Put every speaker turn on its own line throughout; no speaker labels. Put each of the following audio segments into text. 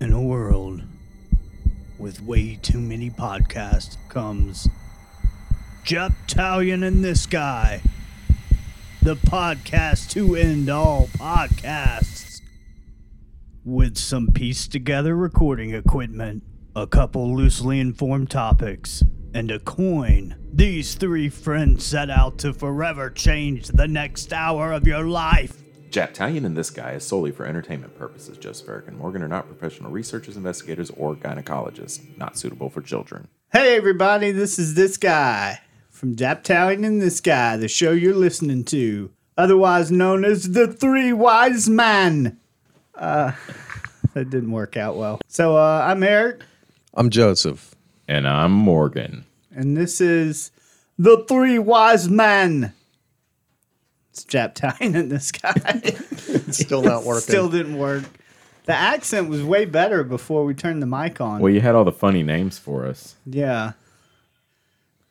In a world with way too many podcasts comes Jep Talion and this guy, the podcast to end all podcasts. With some pieced together recording equipment, a couple loosely informed topics, and a coin, these three friends set out to forever change the next hour of your life.
Japtalion and this guy is solely for entertainment purposes. Joseph Eric and Morgan are not professional researchers, investigators, or gynecologists. Not suitable for children.
Hey, everybody, this is this guy from Daptown in the Sky, the show you're listening to, otherwise known as The Three Wise Men. Uh, that didn't work out well. So, uh, I'm Eric,
I'm Joseph.
And I'm Morgan.
and this is The Three Wise Men. It's Japtown in the Sky.
Still not working.
Still didn't work. The accent was way better before we turned the mic on.
Well, you had all the funny names for us.
Yeah.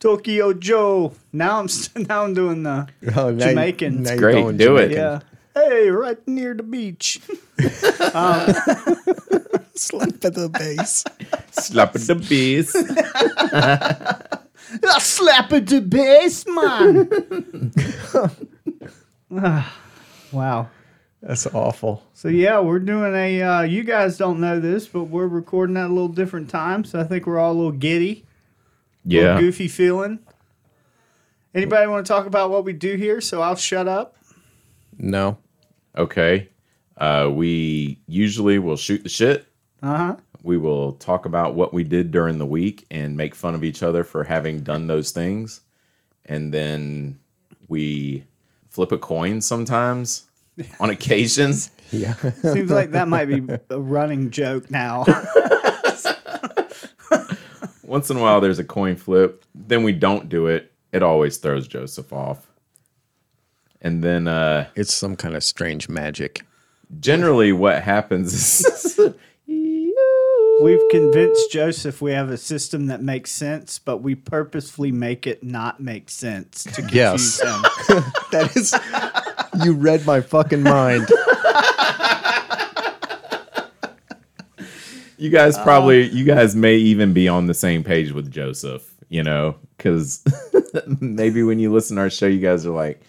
Tokyo Joe. Now I'm st- now I'm doing the
Oh, now you-
Jamaican.
now you're
Great,
going
do it.
Jamaican.
yeah. Hey, right near the beach.
Slap at the base.
Slapping the bees.
I slap at the base, man. Ah, wow.
That's awful.
So yeah, we're doing a. Uh, you guys don't know this, but we're recording at a little different time, so I think we're all a little giddy, a little
Yeah.
goofy feeling. Anybody want to talk about what we do here? So I'll shut up.
No.
Okay. Uh, we usually will shoot the shit.
Uh huh.
We will talk about what we did during the week and make fun of each other for having done those things. And then we flip a coin sometimes on occasions.
Yeah.
Seems like that might be a running joke now.
Once in a while, there's a coin flip. Then we don't do it. It always throws Joseph off. And then uh,
it's some kind of strange magic.
generally, what happens is.
We've convinced Joseph we have a system that makes sense, but we purposefully make it not make sense to confuse
Yes.
him.
That is. you read my fucking mind.
You guys probably, you guys may even be on the same page with Joseph, you know, because maybe when you listen to our show, you guys are like,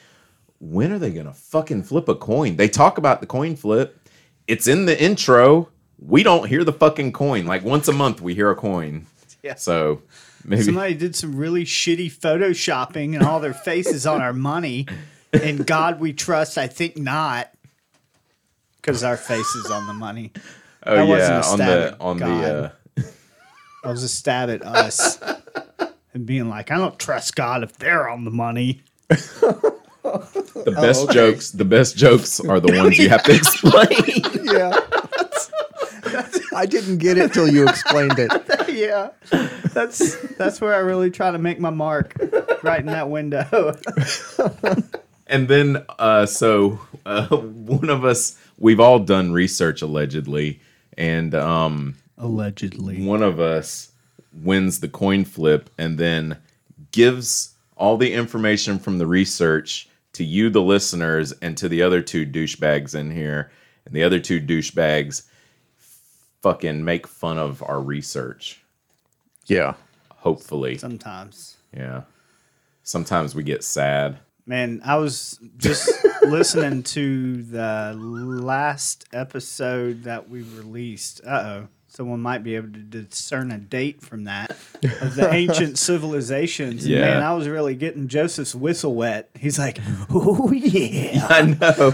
when are they going to fucking flip a coin? They talk about the coin flip, it's in the intro. We don't hear the fucking coin. Like once a month, we hear a coin.
Yeah.
So maybe
Somebody did some really shitty photoshopping and all their faces on our money. And God we trust, I think not. Because our face is on the money.
oh
that wasn't
yeah
a
on
stab
the
at
on
God.
the uh,
That was a stab at us and being like, I don't trust God if they're on the money.
the
Oh,
best jokes. The best jokes are the ones you have to explain.
yeah. I didn't get it till you explained it.
yeah. That's that's where I really try to make my mark. Right in that window.
and then uh, so uh, one of us we've all done research allegedly and um,
Allegedly.
one of us wins the coin flip and then gives all the information from the research to you the listeners and to the other two douchebags in here and the other two douchebags fucking make fun of our research
Yeah.
hopefully
Sometimes.
yeah sometimes we get sad
Man, I was just listening to the last episode that we released. Uh oh. Someone might be able to discern a date from that of the ancient civilizations. And
Yeah.
Man, I was really getting Joseph's whistle wet. He's like, oh, yeah.
i know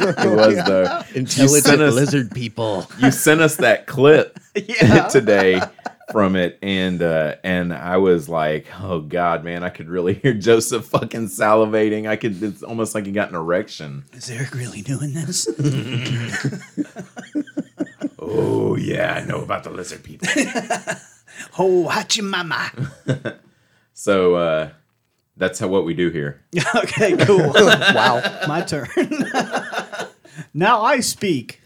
it was though
Intelligent
us-
lizard people.
you sent us that clip
Yeah.
today from it and uh and i was like oh god man i could really hear joseph fucking salivating i could it's almost like he got an erection
Is Eric really doing this?
oh yeah i know about the lizard people
oh, hachi mama.
so uh that's how what we do here
okay, cool.
Wow.
My turn. now I speak.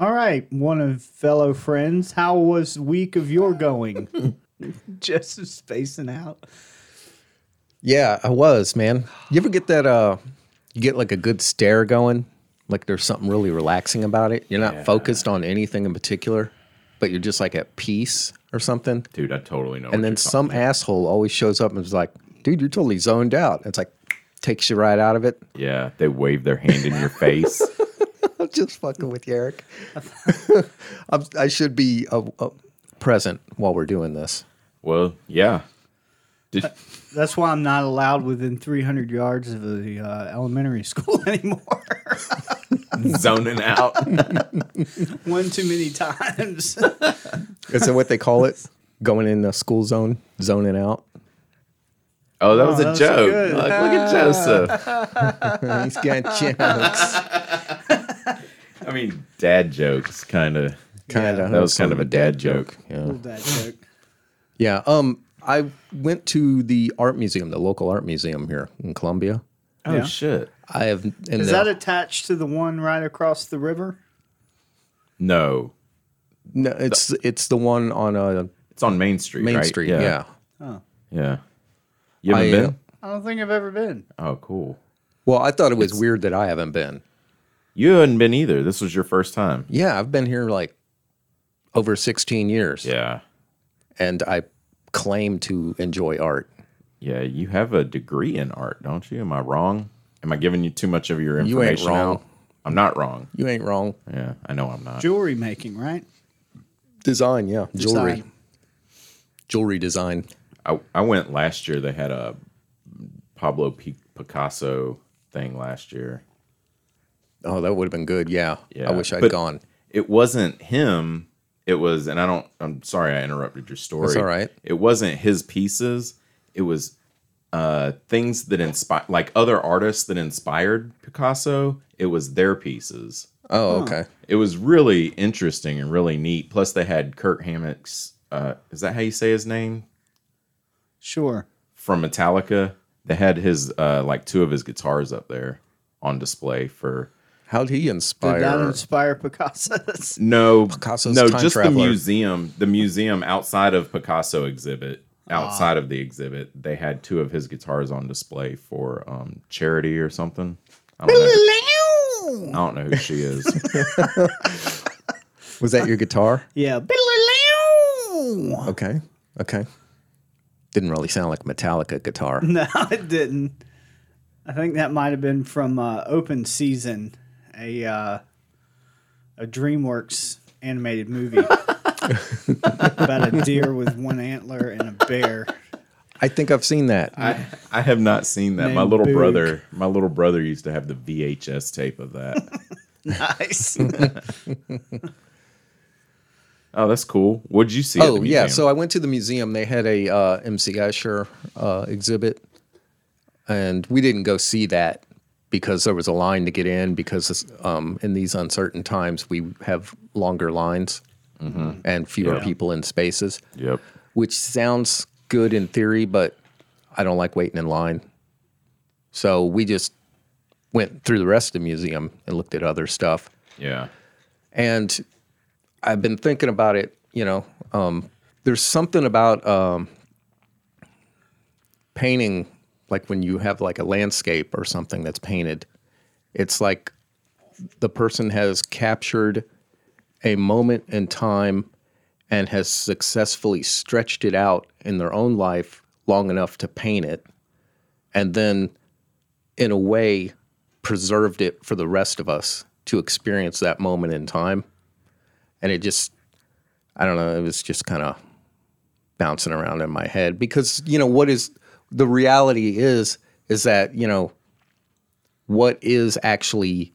All right, one of fellow friends, how was week of your going? Just spacing out.
Yeah, I was, man. You ever get that uh you get like a good stare going
Like there's something really relaxing about it. You're not
Yeah.
focused on anything in particular, but you're just like at peace or something.
Dude, I totally know. what
And
you're
then
talking
some
about.
asshole always shows up and is like, dude, you're totally zoned out. It's like, takes you right out of it.
Yeah, they wave their hand in your face.
I'm just fucking with you, Eric. I'm, I should be uh, uh, present while we're doing this.
Well, yeah. Did,
That's why I'm not allowed within 300 yards of the uh, elementary school anymore.
zoning out.
One too many times.
Is that what they call it? Going in the school zone, zoning out.
Oh, that was a
that was so
joke.
good.
Look, look at Joseph.
He's got jokes.
I mean, dad jokes, kind of.
Kind of.
That was kind of a dad joke.
Yeah.
Little dad joke.
Yeah. Um, I went to the art museum, the local art museum here in Columbia.
Oh
Yeah.
shit!
I have. And uh,
Is
the-
that attached to the one right across the river?
No,
No, it's it's the one on uh,
it's on Main Street. uh,
Main
right?
Street. Yeah.
yeah. You haven't
I,
been?
I don't think I've ever been.
Oh, cool.
Well, I thought it was weird that I haven't been.
You hadn't been either. This was your first time.
Yeah, I've been here like over 16 years.
Yeah,
and I claim to enjoy art.
yeah. You have a degree in art, don't you? Am I wrong? Am I giving you too much of your
You ain't
information
wrong.
out? I'm not wrong.
You ain't wrong.
Yeah, I know I'm not.
Jewelry making, right?
Design, yeah, jewelry,
Design.
jewelry design.
I, I went last year. They had a Pablo P- Picasso thing last year.
Oh, that would have been good. Yeah,
Yeah,
I wish i had
but-
gone.
it wasn't him. It was, and I don't. I'm sorry, I interrupted your story.
That's all right.
It wasn't his pieces. It was uh, things that inspire, like other artists that inspired Picasso. It was their pieces.
Oh, okay.
It was really interesting and really neat. Plus, they had Kirk Hammett's. Uh, is that how you say his name
Sure.
from Metallica? They had his uh, like two of his guitars up there on display for
How would he
Did
inspire?
that inspire Picasso's?
No,
Picasso's
no,
Time
just
Traveler.
the museum. The museum outside of Picasso exhibit,
Ah.
outside of the exhibit, they had two of his guitars on display for um, charity or something. I don't, know. I don't know who she is.
was that your guitar?
Yeah. Biddle-a-loo.
Okay, okay. Didn't really sound like Metallica guitar.
No, it didn't. I think that might have been from uh, Open Season, a uh, a DreamWorks animated movie about a deer with one antler and a bear.
I think I've seen that.
I, I have not seen that. my
Named
little
Boog.
brother, my little brother used to have the VHS tape of that.
Nice.
oh, that's cool. What'd you see? at
oh
the
yeah,
museum?
so I went to the museum. They had a uh, MC Escher uh, exhibit, and we didn't go see that because there was a line to get in. Because um, in these uncertain times, we have longer lines and fewer
Mm-hmm. Yeah.
people in spaces,
yep.
which sounds good in theory, but I don't like waiting in line. So we just went through the rest of the museum and looked at other stuff.
Yeah.
And I've been thinking about it, you know, um, there's something about um, painting, like when you have like a landscape or something that's painted, it's like the person has captured a moment in time and has successfully stretched it out in their own life long enough to paint it and then in a way preserved it for the rest of us to experience that moment in time and it just i don't know it was just kind of bouncing around in my head because you know what is the reality is is that you know what is actually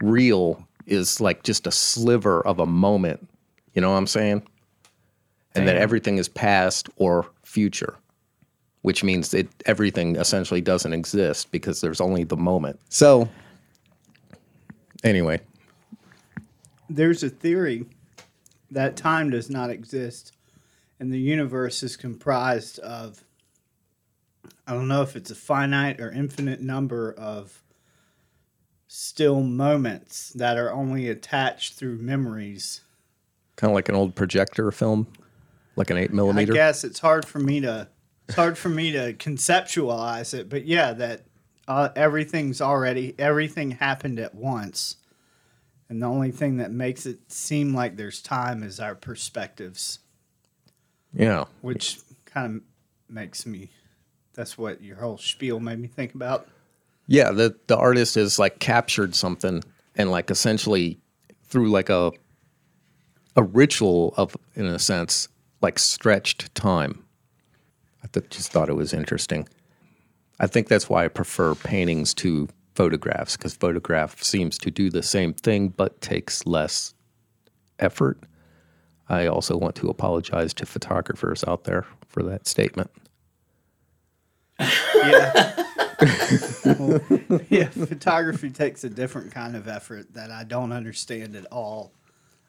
real is like just a sliver of a moment you know what i'm saying and that everything is past or future which means that everything essentially doesn't exist because there's only the moment so anyway
There's a theory that time does not exist, and the universe is comprised of I don't know if it's a finite or infinite number of still moments that are only attached through memories.
kind of like an old projector film, like an eight millimeter.
I guess it's hard for me to it's hard for me to conceptualize it, but yeah, that uh, everything's already everything happened at once, and the only thing that makes it seem like there's time is our perspectives,
Yeah.
which kind of makes me. That's what your whole spiel made me think about.
Yeah, the the artist is like captured something and like essentially through like a a ritual of in a sense like stretched time. I th- just thought it was interesting. I think that's why I prefer paintings to photographs because photograph seems to do the same thing but takes less effort. I also want to apologize to photographers out there for that statement.
Yeah. Well, yeah, photography takes a different kind of effort that I don't understand at all.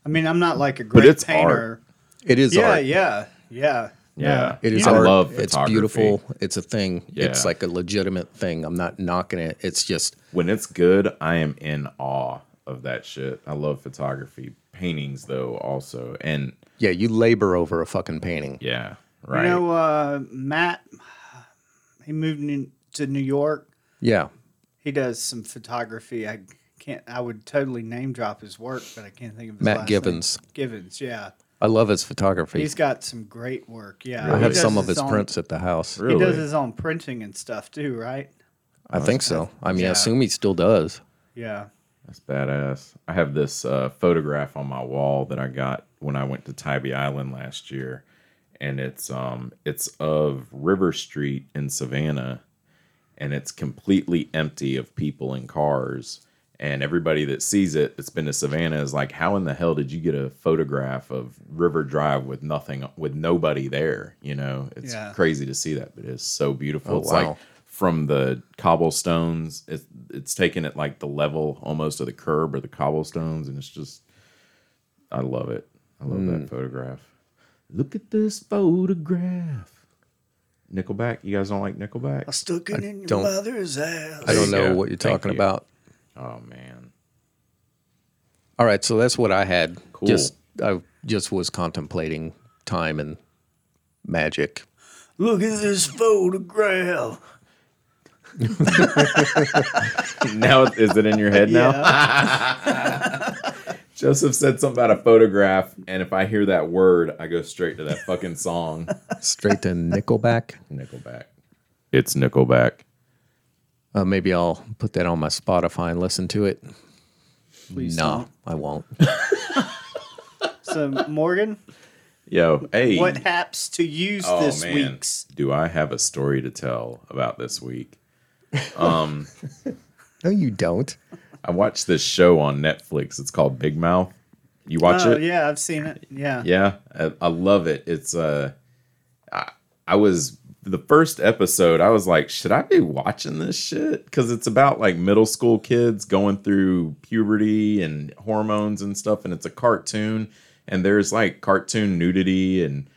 I mean, I'm not like a great
it's
painter.
art.
It is
Yeah,
art.
yeah, yeah.
Yeah,
It is
I
art.
love
it's
photography.
beautiful. It's a thing.
Yeah.
It's like a legitimate thing. I'm not knocking it. It's just
When it's good, I am in awe of that shit. I love photography, paintings though also, and
yeah, you labor over a fucking painting.
yeah, right.
You know, uh, Matt, he moved in- to New York.
Yeah.
He does some photography. I can't. I would totally name drop his work, but I can't think of his
Matt
last name.
Gibbons.
Gibbons, yeah,
I love his photography.
he's got some great work. Yeah,
I
He
have
does
some of his
own-
prints at the house.
He
really,
does his own printing and stuff too, right?
I think so. I mean,
Yeah.
I assume he still does.
Yeah.
that's badass. I have this uh, photograph on my wall that I got when I went to Tybee Island last year, and it's um it's of River Street in Savannah, and it's completely empty of people and cars. And everybody that sees it that's been to Savannah is like, "How in the hell did you get a photograph of River Drive with nothing, with nobody there?" You know, it's
Yeah.
crazy to see that, but it's so beautiful.
Oh,
it's
wow.
like from the cobblestones, it's it's taken at like the level almost of the curb or the cobblestones, and it's just, I love it. I love
Mm.
that photograph. Look at this photograph. Nickelback. You guys don't like Nickelback?
stuck it in your
don't-
mother's ass.
I don't know
Yeah.
what you're
Thank
talking
you.
about.
Oh man.
All right, so that's what I had.
Cool.
Just I just was contemplating time and magic.
Look at this photograph.
now is it in your head now?
Yeah.
Joseph said something about a photograph, and if I hear that word, I go straight to that fucking song.
Straight to Nickelback.
Nickelback. It's Nickelback.
Uh, maybe I'll put that on my Spotify and listen to it.
Please
no,
don't.
I won't.
So Morgan,
Yo, hey.
what haps to use
Oh,
this
man.
week's?
Do I have a story to tell about this week?
No, you don't.
I watched this show on Netflix. It's called Big Mouth. You watch
Oh
it?
yeah, I've seen it. Yeah.
Yeah, I, I love it. It's uh, I, I was the first episode. I was like, should I be watching this shit? Because it's about like middle school kids going through puberty and hormones and stuff, and it's a cartoon, and there's like cartoon nudity, and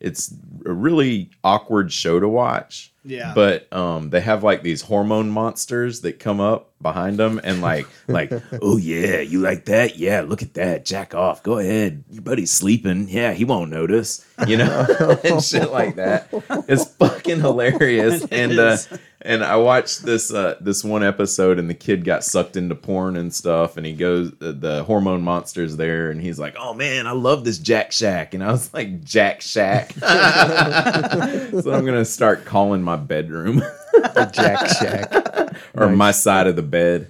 it's a really awkward show to watch.
Yeah.
But um, they have like these hormone monsters that come up behind them and like like oh yeah, you like that? Yeah, look at that. Jack off. Go ahead. Your buddy's sleeping. Yeah, he won't notice. You know, and shit like that. It's fucking hilarious. and uh,
is.
and I watched this uh, this one episode, and the kid got sucked into porn and stuff, and he goes the, the hormone monsters there, and he's like, "Oh man, I love this Jack Shack," and I was like, "Jack Shack," so I'm gonna start calling my bedroom
The Jack Shack.
or my side of the bed.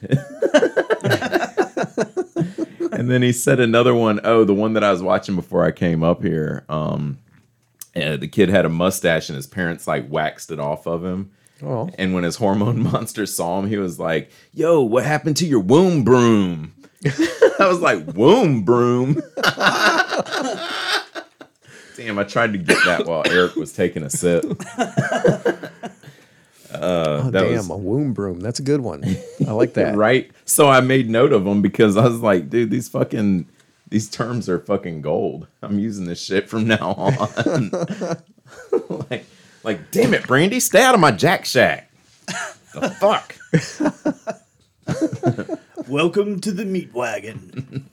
and then he said another one. Oh, the one that I was watching before I came up here. Um, uh, the kid had a mustache, and his parents like waxed it off of him.
Oh.
And when his hormone monster saw him, he was like, "Yo, what happened to your womb broom?" I was like, "Womb broom." Damn, I tried to get that while Eric was taking a sip. that
Oh, damn,
was-
a womb broom. That's a good one. I like that.
right? So I made note of them because I was like, dude, these fucking these terms are fucking gold. I'm using this shit from now on. like, like, damn it, Brandy, stay out of my Jack Shack. The fuck.
Welcome to the meat wagon.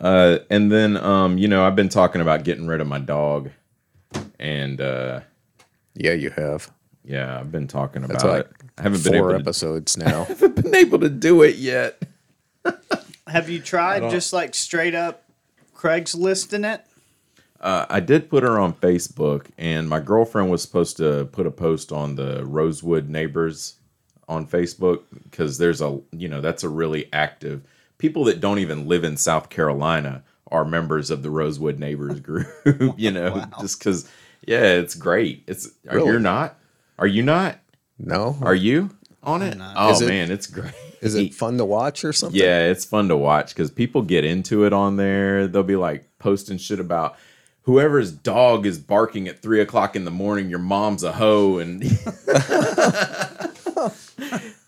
Uh, and then, um, you know, I've been talking about getting rid of my dog, and uh,
Yeah, you have.
Yeah, I've been talking about
That's
it.
like
I haven't been
four
able, to,
episodes now.
haven't been able to do it yet.
Have you tried just like straight up Craigslisting it?
Uh, I did put her on Facebook, and my girlfriend was supposed to put a post on the Rosewood neighbors on Facebook because there's a you know that's a really active people that don't even live in South Carolina are members of the Rosewood neighbors group. you know, just because yeah, it's great. It's are
Really?
you're not? Are you not?
No,
Are you on it? Oh
Is it-
man, it's great.
is it fun to watch or something?
Yeah, it's fun to watch because people get into it on there. They'll be like posting shit about whoever's dog is barking at three o'clock in the morning. Your mom's a hoe, and oh,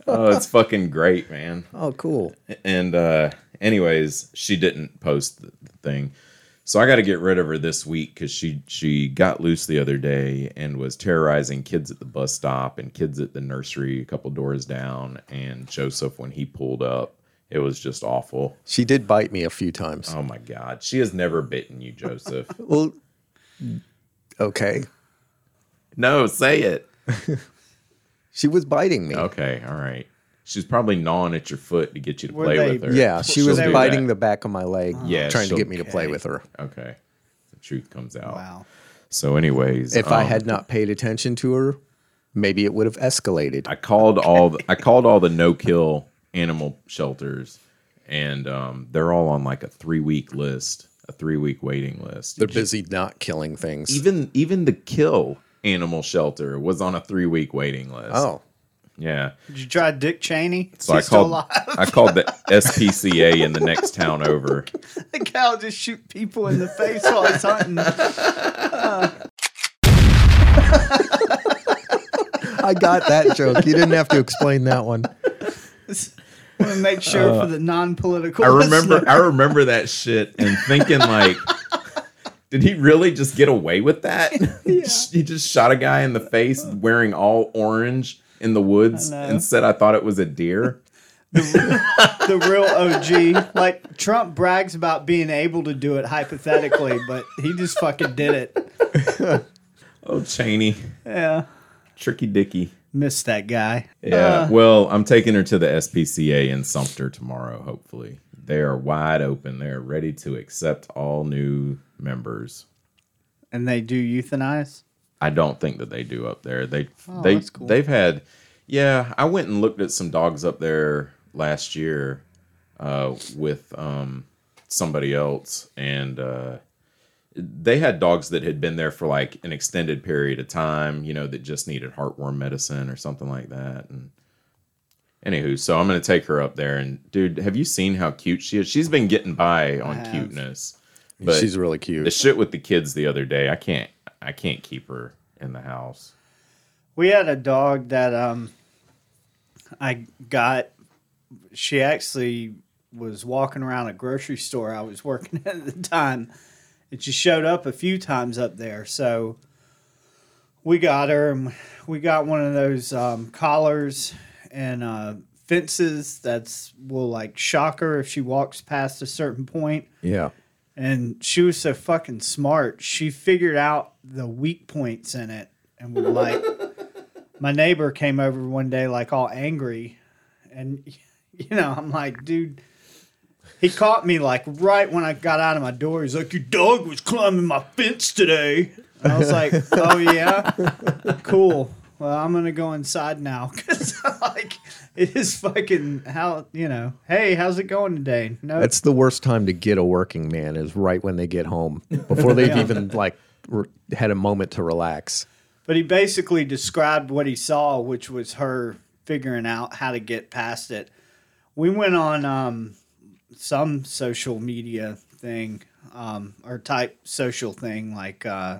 it's fucking great, man.
Oh, cool.
And uh, anyways, she didn't post the the thing, so I got to get rid of her this week because she she got loose the other day and was terrorizing kids at the bus stop and kids at the nursery a couple doors down. And Joseph, when he pulled up, it was just awful.
She did bite me a few times.
Oh my god, she has never bitten you, Joseph.
Well, okay.
no, say it.
She was biting me.
Okay, all right. She's probably gnawing at your foot to get you to
Were
play
they-
with her.
Yeah, she was
She'll do
biting
that. Ah.
the back of my leg,
Yeah,
trying to
she'll-
get me to play with her.
Okay, the truth comes out.
Wow.
So, anyways,
If I
um,
had not paid attention to her, maybe it would have escalated.
I called all the, I called all the no kill animal shelters, and um, they're all on like a three week list, a three week waiting list.
They're busy not killing things.
Even even the kill animal shelter was on a three week waiting list.
oh,
yeah.
Did you try Dick Cheney?
So I
He's still
called
alive.
I called the SPCA in the next town over.
Oh
The cow just shoot people in the face while it's hunting.
I got that joke. You didn't have to explain that one.
Want to make sure for the non-political.
Uh, I remember
listener.
I remember that shit and thinking like did he really just get away with that? he just shot a guy in the face wearing all orange in the woods
I know.
and said I thought it was a deer.
the real OG. Like Trump brags about being able to do it hypothetically, but he just fucking did it.
Oh Cheney,
Yeah,
tricky dicky.
missed that guy.
Yeah. well, I'm taking her to the SPCA in Sumter tomorrow, hopefully. They are wide open. They're ready to accept all new members.
And they do euthanize.
I don't think that they do up there. They
Oh,
they
that's cool.
they've had yeah, I went and looked at some dogs up there last year uh with um somebody else and uh they had dogs that had been there for like an extended period of time, you know, that just needed heartworm medicine or something like that and Anywho, so I'm gonna take her up there and dude, have you seen how cute she is? She's been getting by on
have.
cuteness. But
she's really
the
cute.
shit with the kids the other day i can't i can't keep her in the house
We had a dog that um I got she actually was walking around a grocery store I was working at at the time and she showed up a few times up there so we got her and we got one of those um, collars and uh, fences that's will like shock her if she walks past a certain point
Yeah.
and she was so fucking smart. She figured out the weak points in it and would like. my neighbor came over one day, like all angry, and you know, I'm like, dude. He caught me like right when I got out of my door. He's like, "Your dog was climbing my fence today," and I was like, "Oh yeah, cool. Well, I'm gonna go inside now because like it is fucking how you know. Hey, how's it going today? No,
That's the worst time to get a working man is right when they get home before they've
Yeah.
even like re- had a moment to relax.
But he basically described what he saw, which was her figuring out how to get past it. We went on um, some social media thing um, or type social thing, like uh,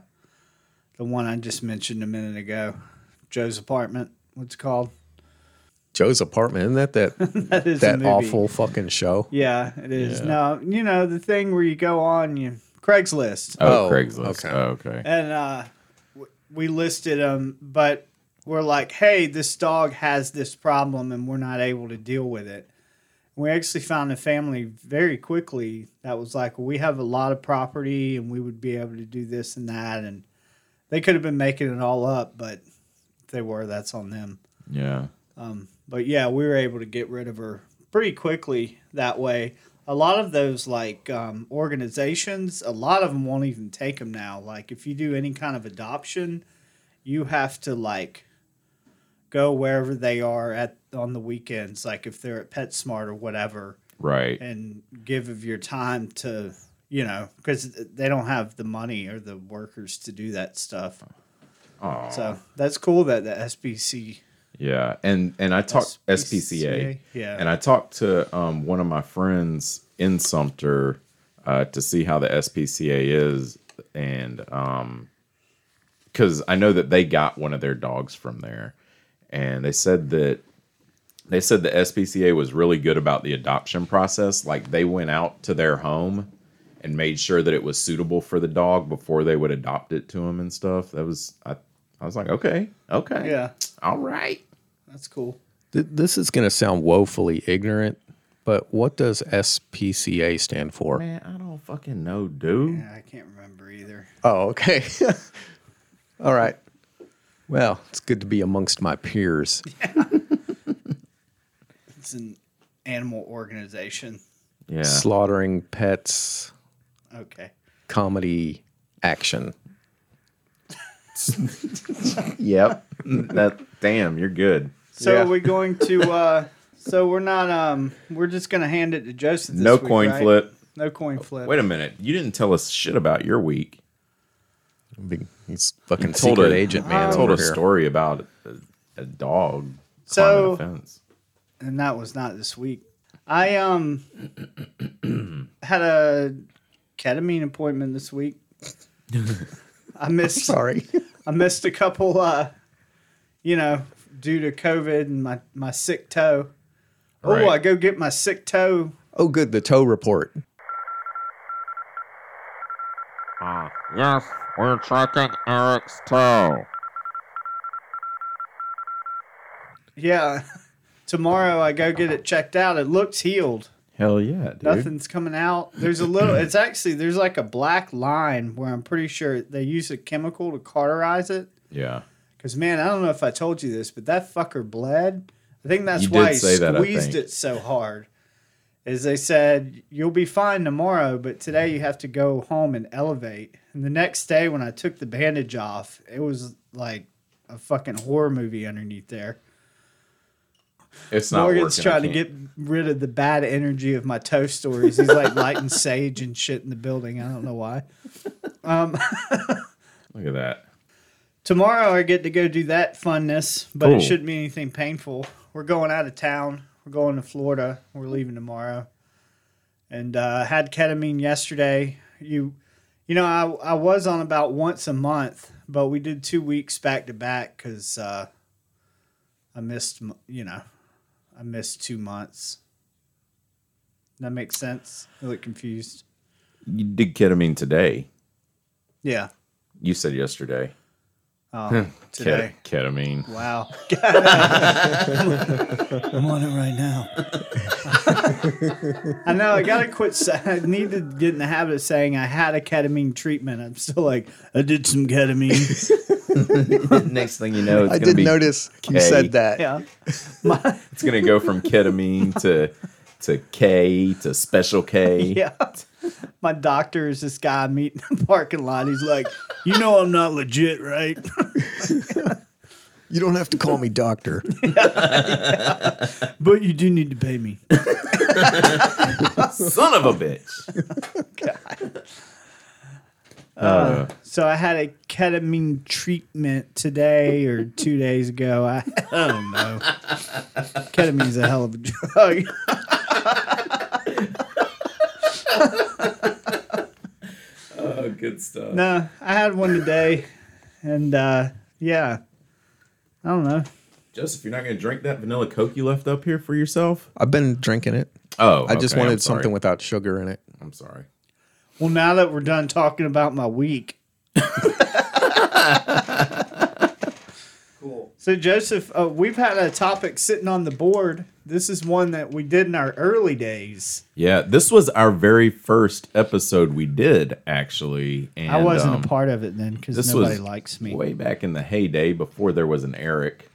the one I just mentioned a minute ago, Joe's apartment. What's it called?
Joe's apartment, isn't that that
That is a
that
movie.
awful fucking show?
Yeah, it is. No, you know the thing where you go on you Craigslist.
oh,
Oh,
craigslist
okay.
oh, okay
and uh, w- we listed them, but we're like, hey, this dog has this problem, and we're not able to deal with it. We actually found a family very quickly that was like, we have a lot of property, and we would be able to do this and that, and they could have been making it all up, but they were, that's on them.
Yeah.
Um, But yeah, we were able to get rid of her pretty quickly that way. A lot of those like um, organizations, a lot of them won't even take them now. Like if you do any kind of adoption, you have to like go wherever they are at on the weekends. Like if they're at PetSmart or whatever,
Right.
and give of your time to you know because they don't have the money or the workers to do that stuff.
Aw.
So that's cool that the SBC
Yeah, and and I talked SPCA,
SPCA, yeah.
and I talked to um, one of my friends in Sumter uh, to see how the SPCA is, and um, because I know that they got one of their dogs from there, and they said that they said the SPCA was really good about the adoption process. Like they went out to their home and made sure that it was suitable for the dog before they would adopt it to them and stuff. That was I. I was like, okay, okay,
Yeah.
all right.
That's cool.
Th- this is going to sound woefully ignorant, but what does SPCA stand for?
Man, I don't fucking know, dude.
Yeah, I can't remember either.
Oh, okay. All right. Well, it's good to be amongst my peers.
It's an animal organization.
Yeah.
Slaughtering pets,
Okay.
comedy, action.
yep. that damn, you're good.
So
Yeah.
are we going to uh so we're not um we're just gonna hand it to Joseph this
no
week,
coin
right?
flip.
No coin flip.
Wait a minute. You didn't tell us shit about your week.
Big- He's fucking
You
secret agent man.
Told
over
a
here.
story about a, a dog
So-
climbing a fence.
and that was not this week. I um had a ketamine appointment this week. I missed
Sorry.
I missed a couple uh you know, due to COVID and my, my sick toe.
Right.
Oh, I go get my sick toe
Oh, good. The toe report.
Uh, yes, we're tracking Eric's toe.
Yeah. Tomorrow I go get it checked out. It looks healed.
Hell yeah, dude.
Nothing's coming out. There's a little it's actually there's like a black line where I'm pretty sure they use a chemical to cauterize it.
Yeah.
Cause man, I don't know if I told you this, but that fucker bled. I think that's
You did
why he
say that, I
squeezed
think.
it so hard. Is they said you'll be fine tomorrow, but today you have to go home and elevate. And the next day, when I took the bandage off, it was like a fucking horror movie underneath there.
It's not
Morgan's
working. I
trying to
can't-
get rid of the bad energy of my toe stories. He's like lighting sage and shit in the building. I don't know why.
Look at that.
Tomorrow I get to go do that funness, but
Cool.
it shouldn't be anything painful. We're going out of town. We're going to Florida. We're leaving tomorrow. And uh, had ketamine yesterday. You, you know, I I was on about once a month, but we did two weeks back to back because uh, I missed, m- you know, I missed two months. That makes sense. I look confused.
You did ketamine today.
Yeah.
You said yesterday.
Oh,
Ket-
today.
ketamine.
Wow. I'm on it right now. I know. I gotta quit. sa- I need to get in the habit of saying I had a ketamine treatment. I'm still like I did some ketamine.
Next thing you know, it's
I
gonna
did
be
notice you
K.
said that.
yeah.
It's gonna go from ketamine to to K to special K.
Yeah. My doctor is this guy I meet in the parking lot. He's like, you know, I'm not legit, right?
You don't have to call me doctor.
but you do need to pay me.
Son of a bitch.
So I had a ketamine treatment today or two days ago. I, I don't know. Ketamine's a hell of a drug.
Oh, good stuff.
No, I had one today, and uh, yeah, I don't know.
Joseph, you're not going to drink that vanilla Coke you left up here for yourself?
I've been drinking it.
Oh,
I just wanted something without sugar in it.
I'm sorry.
Well, now that we're done talking about my week, So Joseph, uh, we've had a topic sitting on the board. This is one that we did in our early days.
Yeah, this was our very first episode we did actually, and
I wasn't
um,
a part of it then because
This
nobody
was
likes me.
way back in the heyday before there was an Eric,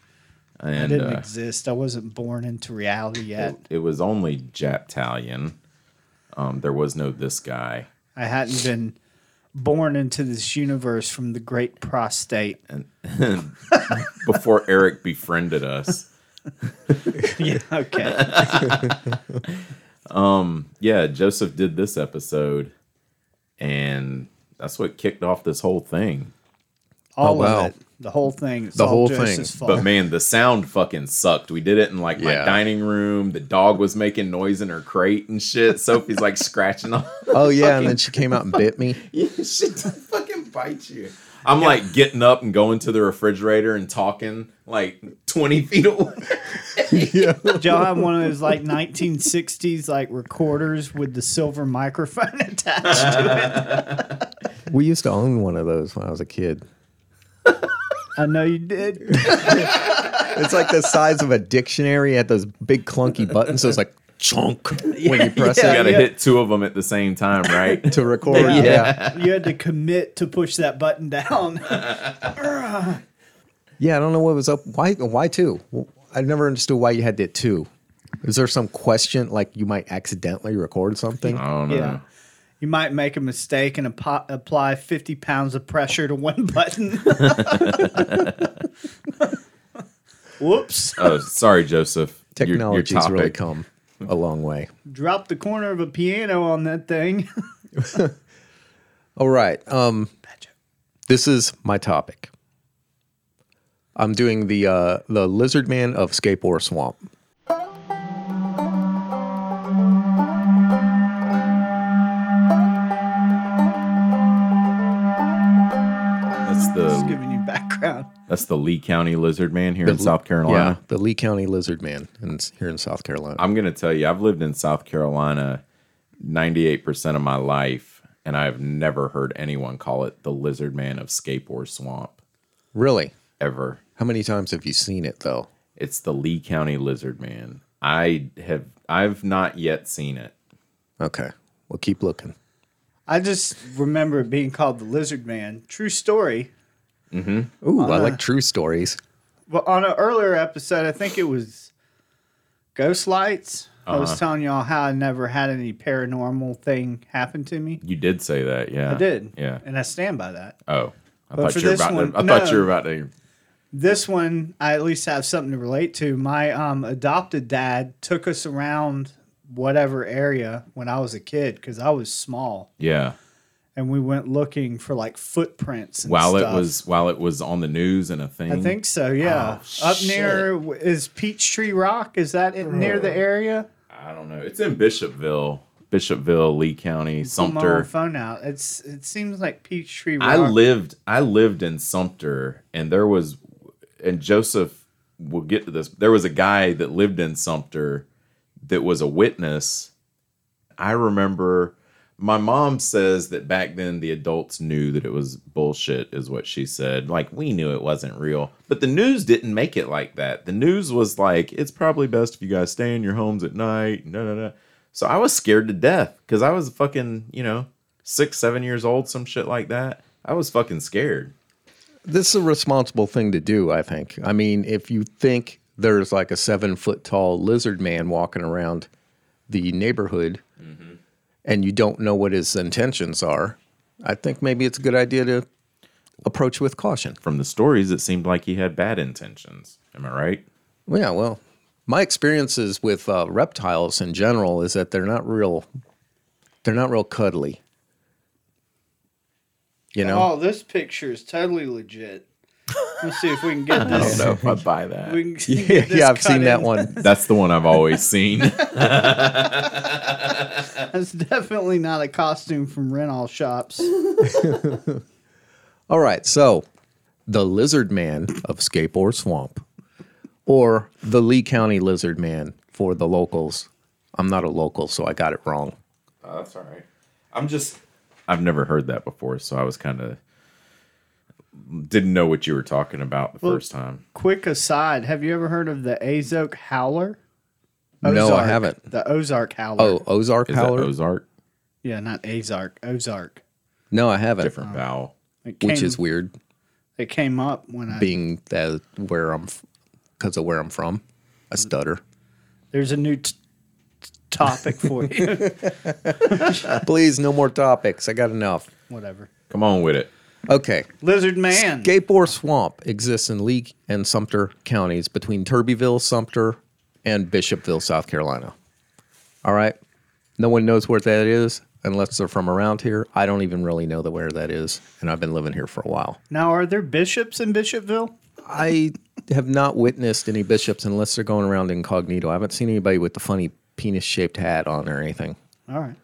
and
I didn't
uh,
exist. I wasn't born into reality yet.
it, it was only Japtalion. Um, there was no this guy,
I hadn't been born into this universe from the great prostate.
before Eric befriended us.
yeah, okay.
Yeah, Joseph did this episode, and that's what kicked off this whole thing.
All
Oh, wow.
of it. The whole thing. It's
The
all
whole
Joseph's Fault.
But man, the sound fucking sucked. We did it in like my
Yeah.
dining room. The dog was making noise in her crate and shit. Sophie's like scratching on.
Oh yeah, and then she came out and bit me.
Yeah, she did fucking bite you. I'm like getting up and going to the refrigerator and talking like 20 feet away.
Did y'all have one of those like 1960s like recorders with the silver microphone attached to it?
We used to own one of those when I was a kid.
I know you did.
It's like the size of a dictionary. It had those big clunky buttons. So it's like chunk when you press
you
it
gotta hit two of them at the same time, right?
to record. Yeah. yeah,
You had to commit to push that button down.
Uh-huh. I don't know what was up. Why? Why two? I never understood why you had that two. Is there some question like you might accidentally record something?
I don't know.
Yeah. You might make a mistake and apo- apply 50 pounds of pressure to one button. Whoops.
Oh, sorry, Joseph. Your- your
Technology's really
topic.
come a long way.
Drop the corner of a piano on that thing.
All right. Um, this is my topic. I'm doing the uh, the lizard man of Skateboard Swamp.
That's
Just
the
giving you background.
that's the Lee County Lizard Man here in South
Yeah,
Carolina.
the Lee County lizard man in, here in South Carolina.
I'm gonna tell you, I've lived in South Carolina 98% of my life, and I've never heard anyone call it the Lizard Man of Skateboard Swamp
Really?
ever.
How many times have you seen it though?
It's the Lee County Lizard Man. I have I've not yet seen it.
Okay. Well, keep looking.
I just remember it being called the Lizard Man. True story.
Ooh,
Uh,
I like true stories.
Well, on an earlier episode, I think it was Ghost Lights. I
Uh-huh.
was telling y'all how I never had any paranormal thing happen to me.
You did say that, yeah.
I did.
Yeah.
And I stand by that.
Oh. I
But
thought
for
you were
this
about
one,
to I thought you
no.
were about to
this one I at least have something to relate to. My um, adopted dad took us around whatever area when I was a kid because I was small,
Yeah.
and we went looking for like footprints. And
While
stuff.
it was while it was on the news and a thing.
I think so. Yeah,
Oh,
up near w- is Peachtree Rock. Is that in, near the area?
I don't know. It's in Bishopville. Bishopville, Lee County,
Pull my old
Sumter.
phone out. It's it seems like Peachtree Rock.
I lived I lived in Sumter and there was and Joseph will get to this. There was a guy that lived in Sumter that was a witness. I remember my mom says that back then the adults knew that it was bullshit is what she said. Like we knew it wasn't real. But the news didn't make it like that. The news was like it's probably best if you guys stay in your homes at night. No no no. So I was scared to death cuz I was fucking, you know, 6 7 years old some shit like that. I was fucking scared.
This is a responsible thing to do, I think. I mean, if you think there's like a seven foot tall lizard man walking around the neighborhood and you don't know what his intentions are, I think maybe it's a good idea to approach with caution.
From the stories it seemed like he had bad intentions. Am I right?
Well, Yeah, well, my experiences with uh, reptiles in general is that they're not real. They're not real cuddly. You know,
Oh, this picture is totally legit. Let's see if we can get
I don't
this.
know if I buy that.
We can
yeah,
get this
yeah, I've
cut
seen that
in.
one.
That's the one I've always seen.
That's definitely not a costume from rental shops.
All right, so the Lizard Man of Skateboard Swamp, or the Lee County Lizard Man for the locals. I'm not a local, so I got it wrong.
that's all right. I'm just I've never heard that before, so I was kind of didn't know what you were talking about the first time.
Quick aside, have you ever heard of the Azok Howler?
No, I
Ozark.
haven't.
The Ozark Howler.
Oh, Ozark
Is that
Howler?
Ozark?
Yeah, not Azark, Ozark.
no, I haven't.
Different vowel.
It came,
Which is weird,
It came up when I.
being that where I'm, because of where I'm from, I stutter.
There's a new t- t- topic for you.
Please, no more topics. I got enough.
Whatever.
Come on with it.
Okay.
Lizard Man.
Gatebor Swamp exists in Lee and Sumter counties between Turbyville, Sumter, and Bishopville, South Carolina. All right. No one knows where that is unless they're from around here. I don't even really know the where that is, and I've been living here for a while.
Now, are there bishops in Bishopville?
I have not witnessed any bishops unless they're going around incognito. I haven't seen anybody with the funny penis-shaped hat on or anything.
All right.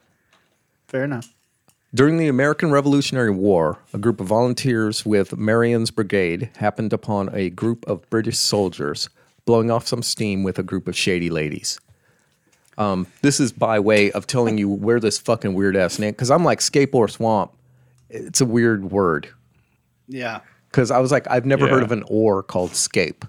Fair enough.
During the American Revolutionary War, a group of volunteers with Marion's Brigade happened upon a group of British soldiers blowing off some steam with a group of shady ladies. Um, this is by way of telling you where this fucking weird ass name, because I'm like skateboard swamp. It's a weird word.
Yeah.
Because I was like, I've never heard
Yeah.
of an ore called scape.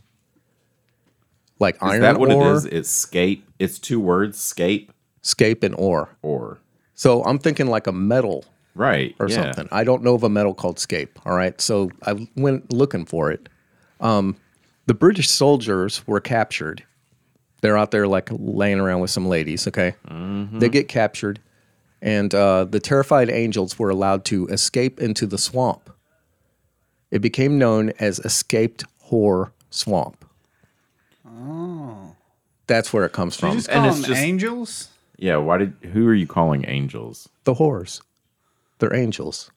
Like
Is
iron
that what
ore,
it is? It's scape. It's two words, scape
scape and ore.
or
So I'm thinking like a metal
right
or
yeah.
something. I don't know of a metal called scape. All right, so I went looking for it. Um, the British soldiers were captured. They're out there like laying around with some ladies. Okay,
Mm-hmm.
they get captured, and uh, the terrified angels were allowed to escape into the swamp. It became known as Escaped Whore Swamp. Oh, that's where it comes
Oh. You
from.
just
Um, and
call
it's
them
just-
angels?
Yeah. Why did? Who are you calling angels?
the whores. They're angels.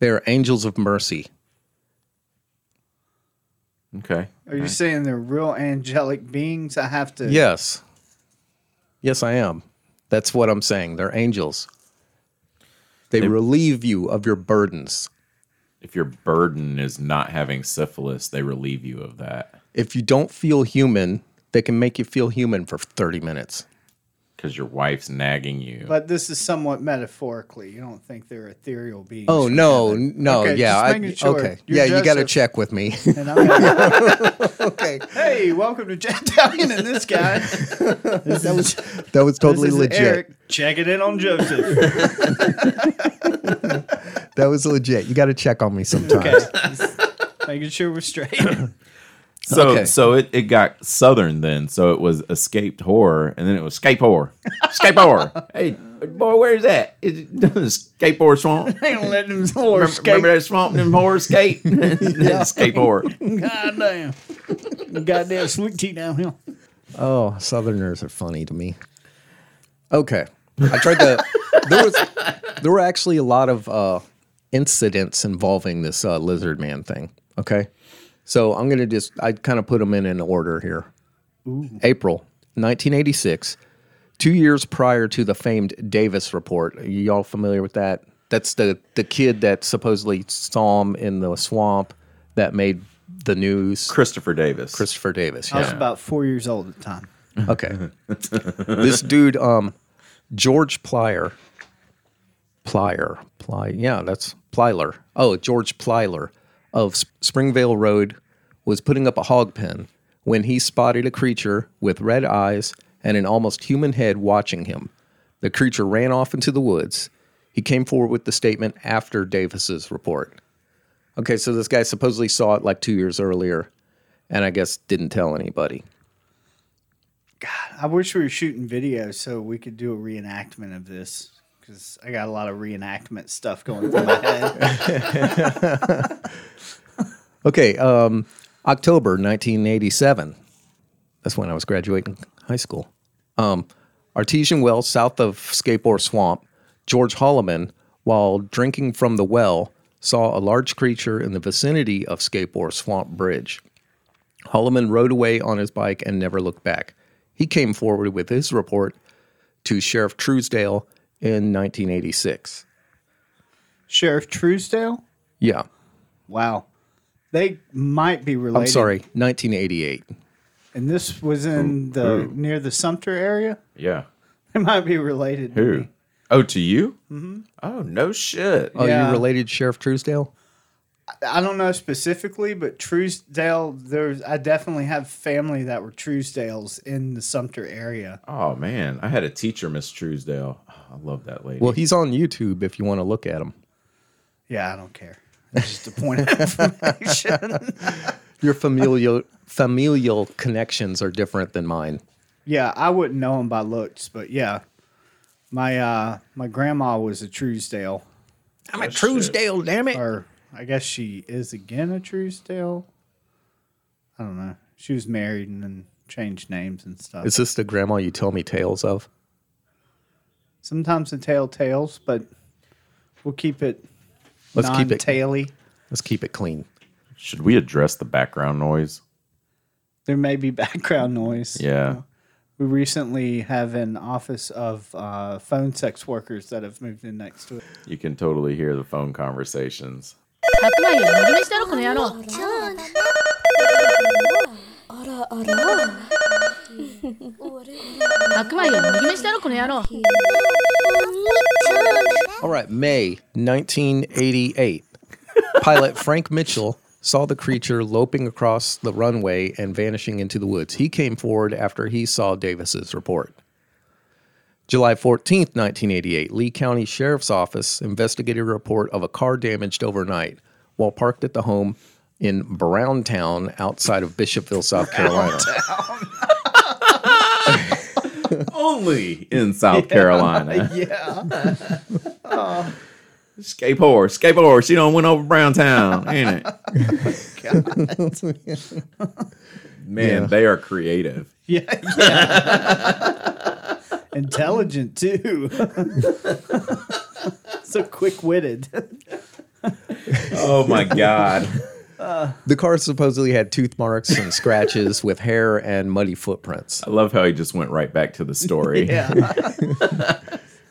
They are angels of mercy.
Okay.
Are you saying they're real angelic beings? I have to.
Yes. Yes, I am. That's what I'm saying. They're angels. They, relieve you of your burdens.
If your burden is not having syphilis, they relieve you of that
If you don't feel human, they can make you feel human for 30 minutes.
because your wife's nagging you.
But this is somewhat metaphorically. You don't think they're ethereal beings.
Oh
from
no,
heaven.
n- no,
Okay,
yeah,
just
I-
making sure.
okay,
You're
yeah, you got to
Joseph.
check with me.
And I'm
okay,
hey, welcome to Jet Italian and this guy.
that was that was totally
This is
legit.
Eric. Check it in on Joseph.
That was legit. You got to check on me sometimes.
Okay. making sure we're straight.
so
okay.
so it, it got southern then. So it was escaped horror, and then it was scape horror, scape horror. Hey boy, where's that? Is it scape horror swamp?
Ain't letting him horse
Remember,
skate.
remember that swamp and them horror skate? Escape horror.
Goddamn. Goddamn sweet tea downhill.
Oh, Southerners are funny to me. Okay, I tried to. there was there were actually a lot of uh, incidents involving this uh, lizard man thing. Okay, so I'm gonna just I kind of put them in an order here. April 1986, two years prior to the famed Davis report. Are y'all familiar with that? That's the the kid that supposedly saw him in the swamp that made the news.
Christopher Davis.
Christopher Davis.
I was
yeah.
about four years old at the time.
Okay. this dude, um, George Plyer. Plyer. Ply. Yeah, that's Plyler. Oh, George Plyler of S- Springvale Road was putting up a hog pen when he spotted a creature with red eyes and an almost human head watching him. The creature ran off into the woods. He came forward with the statement after Davis's report. Okay, so this guy supposedly saw it like two years earlier and I guess didn't tell anybody.
I wish we were shooting video so we could do a reenactment of this because I got a lot of reenactment stuff going through my head.
Okay, um, October 1987. That's when I was graduating high school. Um, artesian well south of Skateboard Swamp. George Holloman, while drinking from the well, saw a large creature in the vicinity of Skateboard Swamp Bridge. Holloman rode away on his bike and never looked back. He came forward with his report to Sheriff Truesdale in 1986.
Sheriff Truesdale?
Yeah,
Wow. They might be related.
I'm sorry, 1988.
And this was in the near the Sumter area?
Yeah.
They might be related. to
Who?
me.
Oh, to you? Mm-hmm. Oh, no shit.
Oh,
Yeah.
you related Sheriff Truesdale?
I don't know specifically, but Truesdale, there's I definitely have family that were Truesdales in the Sumter area.
Oh man, I had a teacher, Miss Truesdale. Oh, I love that lady.
Well, he's on YouTube if you want to look at him.
Yeah, I don't care. It's just a point of information.
Your familial familial connections are different than mine.
yeah, I wouldn't know him by looks, but yeah, my uh my grandma was a Truesdale,
I'm a Truesdale, damn it.
or I guess she is again a Truesdale. I don't know. She was married and then changed names and stuff.
Is this the grandma you tell me tales of?
Sometimes the tale tales, but we'll keep it
Let's keep it-
non-taily.
Let's keep it clean.
Should we address the background noise?
There may be background noise.
Yeah.
We recently have an office of uh, phone sex workers that have moved in next to it.
You can totally hear the phone conversations.
100万円無理したろこの野郎100万円無理したろこの野郎
All right, May 1988. Pilot Frank Mitchell saw the creature loping across the runway and vanishing into the woods. He came forward after he saw Davis's report. July 14th, 1988, Lee County Sheriff's Office investigated a report of a car damaged overnight while parked at the home in Browntown outside of Bishopville, South Carolina.
Only in South Carolina.
Yeah.
Escape horse, escape horse. You don't went over Browntown, ain't it? Man, they are creative.
yeah. yeah. Intelligent, too. so quick witted.
Oh my god.
The car supposedly had tooth marks and scratches with hair and muddy footprints.
I love how he just went right back to the story.
Yeah.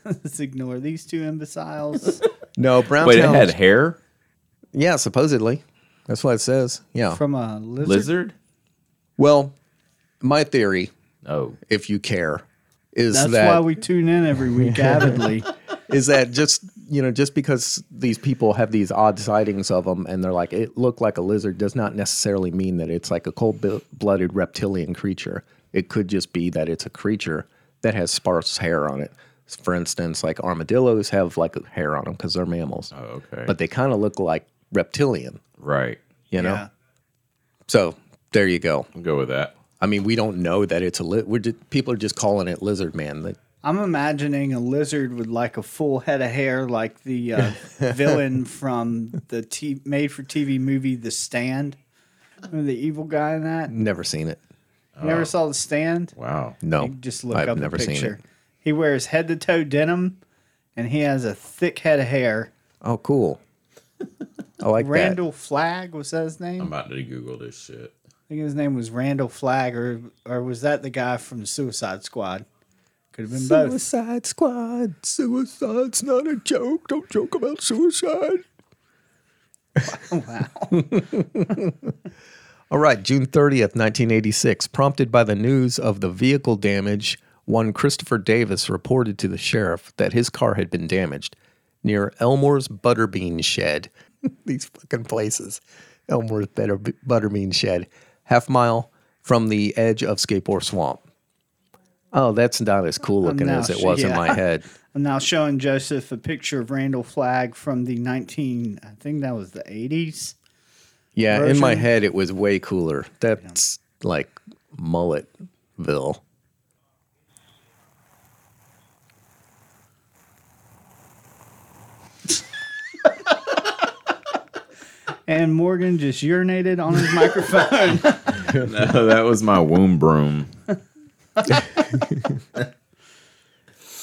Let's ignore these two imbeciles
No, Browntown.
Wait, it had hair?
Yeah, supposedly. That's what it says. Yeah.
from a lizard.
Lizard?
well, my theory,
Oh.
if you care, is
That's
that
why we tune in every week avidly.
is that just you know just because these people have these odd sightings of them and they're like it looked like a lizard does not necessarily mean that it's like a cold-blooded reptilian creature. It could just be that it's a creature that has sparse hair on it. For instance, like armadillos have like hair on them because they're mammals,
Oh, Okay.
but they kind of look like reptilian,
right.
you know.
Yeah.
So there you go.
I'll go with that.
I mean, we don't know that it's a li- we're just, people are just calling it lizard man. That
I'm imagining a lizard with like a full head of hair, like the uh, villain from the t- made-for-TV movie *The Stand*. Remember the evil guy in that? You
never seen it.
never saw *The Stand*?
Wow.
No,
You just look
I've
up
never
a
seen
picture.
it.
He wears head-to-toe denim, and he has a thick head of hair.
Oh, cool. I like
Randall Flagg was that his name?
I'm about to Google this shit.
I think his name was Randall Flagg, or or was that the guy from the *Suicide Squad*? Could have been
that.
both.
Suicide Squad. Suicide's not a joke. Don't joke about suicide. All right, June 30th, 1986. Prompted by the news of the vehicle damage, one Christopher Davis reported to the sheriff that his car had been damaged near Elmore's Butterbean Shed. These fucking places. Elmore's Butter- Butterbean Shed, half mile from the edge of Skateboard Swamp. Oh, that's not as cool looking
now
as it
sure-
was in
yeah.
my head.
I'm now showing Joseph a picture of Randall Flagg from the 19, I think that was the 80s.
Yeah, in my
version.
head it was way cooler. That's like Mulletville.
And Morgan just urinated on his microphone.
No, that was my womb broom.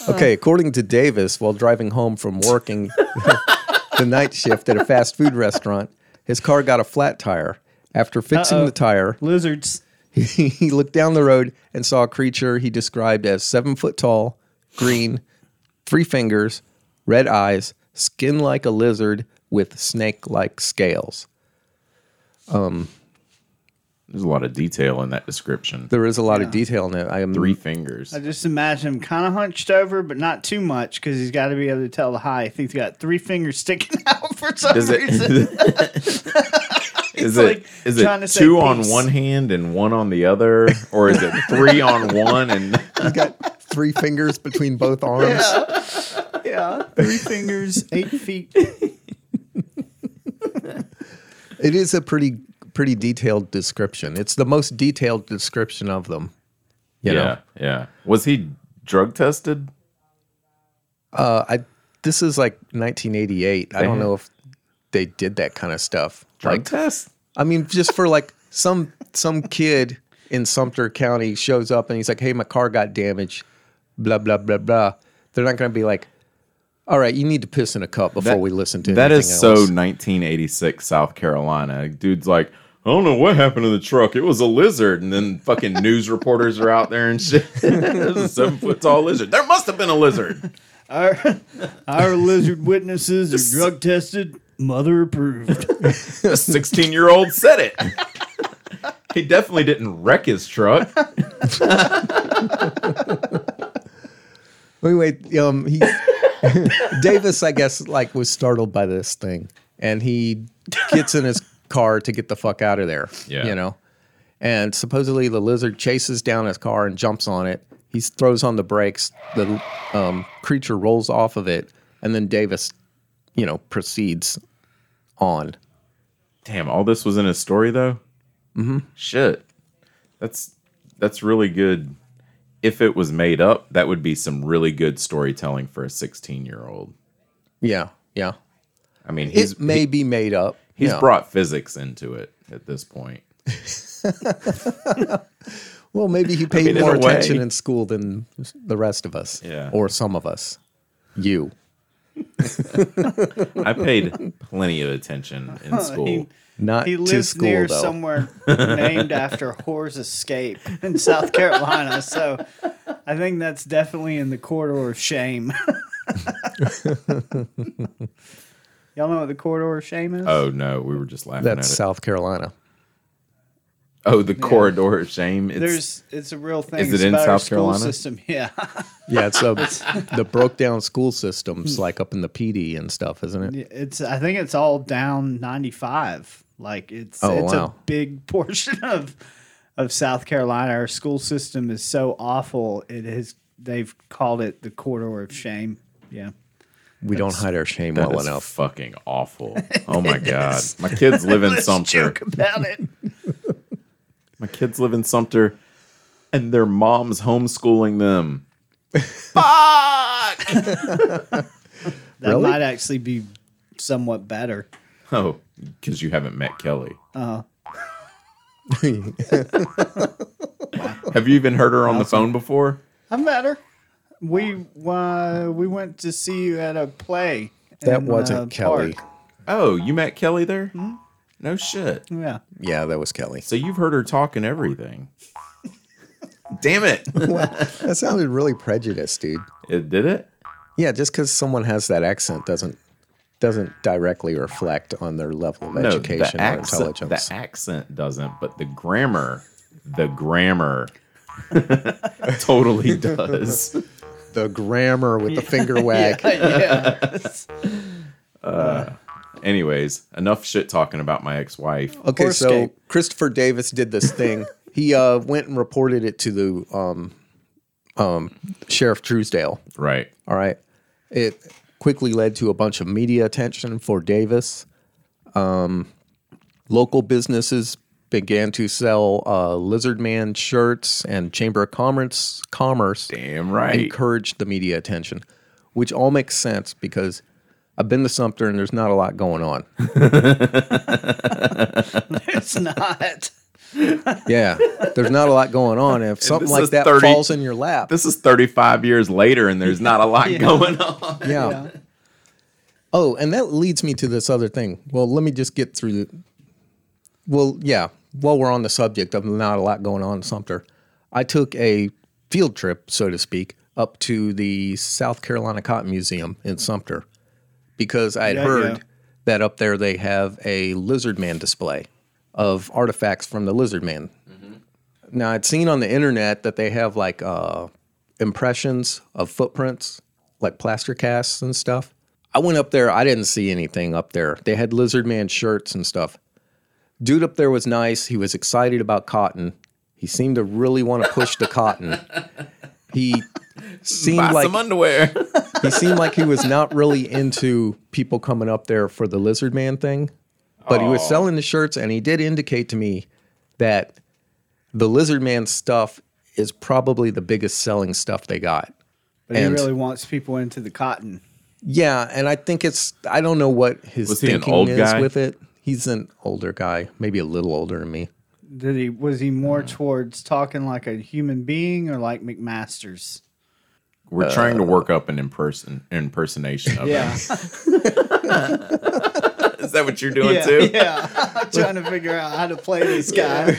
Okay, according to Davis, while driving home from working the night shift at a fast food restaurant, his car got a flat tire. After fixing the tire,
Lizards.
he looked down the road and saw a creature he described as seven foot tall, green, three fingers, red eyes, skin like a lizard with snake like scales.
There's a lot of detail in that description.
There is a lot of detail in it. I am
Three fingers.
I just imagine him kind of hunched over, but not too much because he's got to be able to tell the height. I think he's got three fingers sticking out
for some
Does it? Is
reason.
is
like
it, is
trying to
it
say
two on
peace.
one hand and one on the other, or is it three on one and
He's got three fingers between both arms.
yeah.
Three fingers, eight feet.
It is a pretty pretty detailed description. It's the most detailed description of them. You
yeah,
know,
yeah. Was he drug tested?
uh, I this is like 1988. I don't know if they did that kind of stuff.
Drug
like,
test?
I mean, just for like some some kid in Sumter County shows up and he's like, "Hey, my car got damaged," blah blah blah blah. They're not going to be like, "All right, you need to piss in a cup before
That-
we listen to
That is
anything
so
else."
1986 South Carolina. Dude's like, I don't know what happened to the truck. It was a lizard, and then fucking news reporters are out there and shit. There's a seven foot tall lizard. There must have been a lizard.
Our, our lizard witnesses are drug tested, mother approved.
A 16 year old said it. He definitely didn't wreck his truck.
Anyway, um, he Davis, I guess, like was startled by this thing, and he gets in his car to get the fuck out of there.
Yeah.
you know. And supposedly the lizard chases down his car and jumps on it. He throws on the brakes. The um, creature rolls off of it, and then Davis, you know, proceeds on.
Damn, all this was in his story though. Mm-hmm. Shit, that's that's really good. If it was made up, that would be some really good storytelling for a 16 year old.
Yeah, yeah.
I mean, he's
it may
he-
be made up.
he's
yeah.
brought physics into it at this point.
Well, maybe he paid
mean, in
more
a way.
attention in school than the rest of us.
Yeah.
Or some of us. You.
I paid plenty of attention in school.
Not
He
to
lives
school,
near
though.
somewhere named after Whore's Escape in South Carolina. So I think that's definitely in the corridor of shame. Y'all know what the corridor of shame is?
Oh no, we were just laughing
That's
at it.
South Carolina.
oh, the corridor of shame. It's,
There's it's a real thing.
Is it
It's
in
about our
South
school
Carolina?
system. Yeah.
Yeah, it's uh, the broke down school systems, like up in the PD and stuff, isn't it?
It's I think it's all down 95. Like it's
Oh,
it's
wow.
a big portion of of South Carolina. Our school system is so awful. It has they've called it the corridor of shame. Yeah.
We don't hide our shame
that
well
is
enough.
fucking awful. Oh my god, my kids live in Sumter.
about it.
My kids live in Sumter, and their mom's homeschooling them. Fuck!
That
Really?
might actually be somewhat better.
oh, because you haven't met Kelly.
Oh.
Have you even heard her on the phone before?
I'm better. We uh, we went to see you at a play.
that
in,
wasn't
uh,
Kelly.
Park.
Oh, you met Kelly there?
Hmm?
No shit.
Yeah.
Yeah, that was Kelly.
So you've heard her talk and everything. Damn it!
That sounded really prejudiced, dude.
it did it.
Yeah, just because someone has that accent doesn't doesn't directly reflect on their level of education
the
or
accent,
intelligence.
The accent doesn't, but the grammar, the grammar, totally does.
The, grammar with the finger wag.
Anyways, enough shit talking about my ex-wife.
Okay,
Horse
so
gate.
Christopher Davis did this thing. he uh, went and reported it to the um, um, Sheriff Truesdale.
Right.
All right. It quickly led to a bunch of media attention for Davis. Um, local businesses began to sell uh, Lizard Man shirts, and Chamber of Commerce commerce
Damn right.
encouraged the media attention, which all makes sense because I've been to Sumter and there's not a lot going on.
It's not.
Yeah, there's not a lot going on. If something
this
like
is
that
30
falls in your lap,
this is 35 years later and there's not a lot going on.
yeah. Oh, and that leads me to this other thing. Well, let me just get through the. Well, yeah. While we're on the subject of not a lot going on in Sumter, I took a field trip, so to speak, up to the South Carolina Cotton Museum in Sumter because I had
Yeah,
heard
yeah.
that up there they have a lizard man display of artifacts from the lizard man. Now, I'd seen on the internet that they have like uh, impressions of footprints, like plaster casts and stuff. I went up there. I didn't see anything up there. They had lizard man shirts and stuff. Dude up there was nice. He was excited about cotton. He seemed to really want to push the cotton. He seemed
Buy
like
some underwear.
he seemed like he was not really into people coming up there for the lizard man thing but he was selling the shirts and he did indicate to me that the lizard man stuff is probably the biggest selling stuff they got
But
And-
he really wants people into the cotton.
yeah and i think it's i don't know what his
Was he an
thinking
old
is
guy?
with it he's an older guy maybe a little older than me
Did he was he more towards talking like a human being or like McMaster's?
We're trying to work up an imperson impersonation of
Yeah,
him. Is that what you're doing
yeah,
too?
yeah. I'm trying to figure out how to play this guy.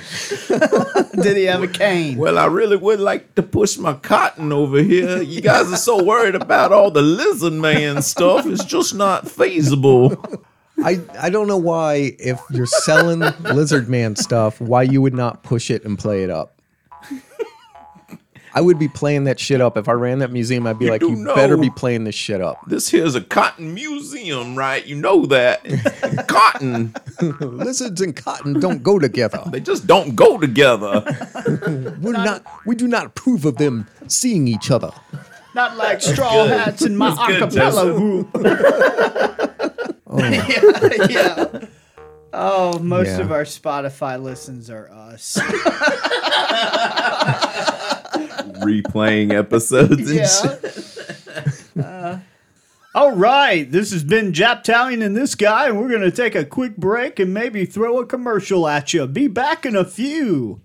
Did he have a cane?
Well, I really would like to push my cotton over here. You guys are so worried about all the lizard man stuff. It's just not feasible.
I, I don't know why if you're selling lizard man stuff why you would not push it and play it up i would be playing that shit up if i ran that museum i'd be like
do
you better
know-
be playing this shit up
This here's a cotton museum, right? You know that. cotton,
lizards and cotton don't go together.
they just don't go together.
We're not. We do not approve of them seeing each other.
Not like straw hats and my
good,
acapella group. yeah, yeah. Oh, most
Yeah.
of our Spotify listens are us.
Replaying episodes and shit.
Uh, All right, this has been Japtalion and this guy, and we're going to take a quick break and maybe throw a commercial at you. Be back in a few.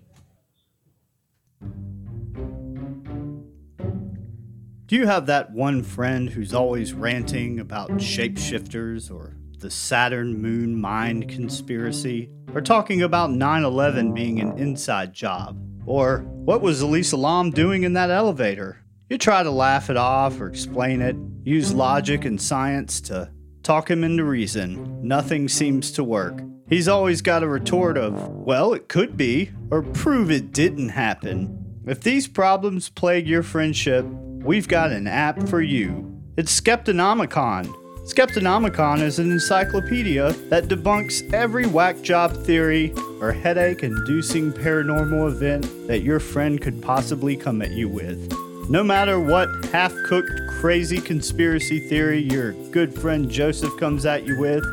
Do you have that one friend who's always ranting about shapeshifters or the Saturn moon mind conspiracy? Or talking about 9 11 being an inside job? Or what was Elisa Lam doing in that elevator? You try to laugh it off or explain it, use logic and science to talk him into reason. Nothing seems to work. He's always got a retort of, well, it could be, or prove it didn't happen. If these problems plague your friendship, we've got an app for you. It's Skeptonomicon. Skeptonomicon is an encyclopedia that debunks every whack job theory or headache inducing paranormal event that your friend could possibly come at you with. No matter what half cooked, crazy conspiracy theory your good friend Joseph comes at you with,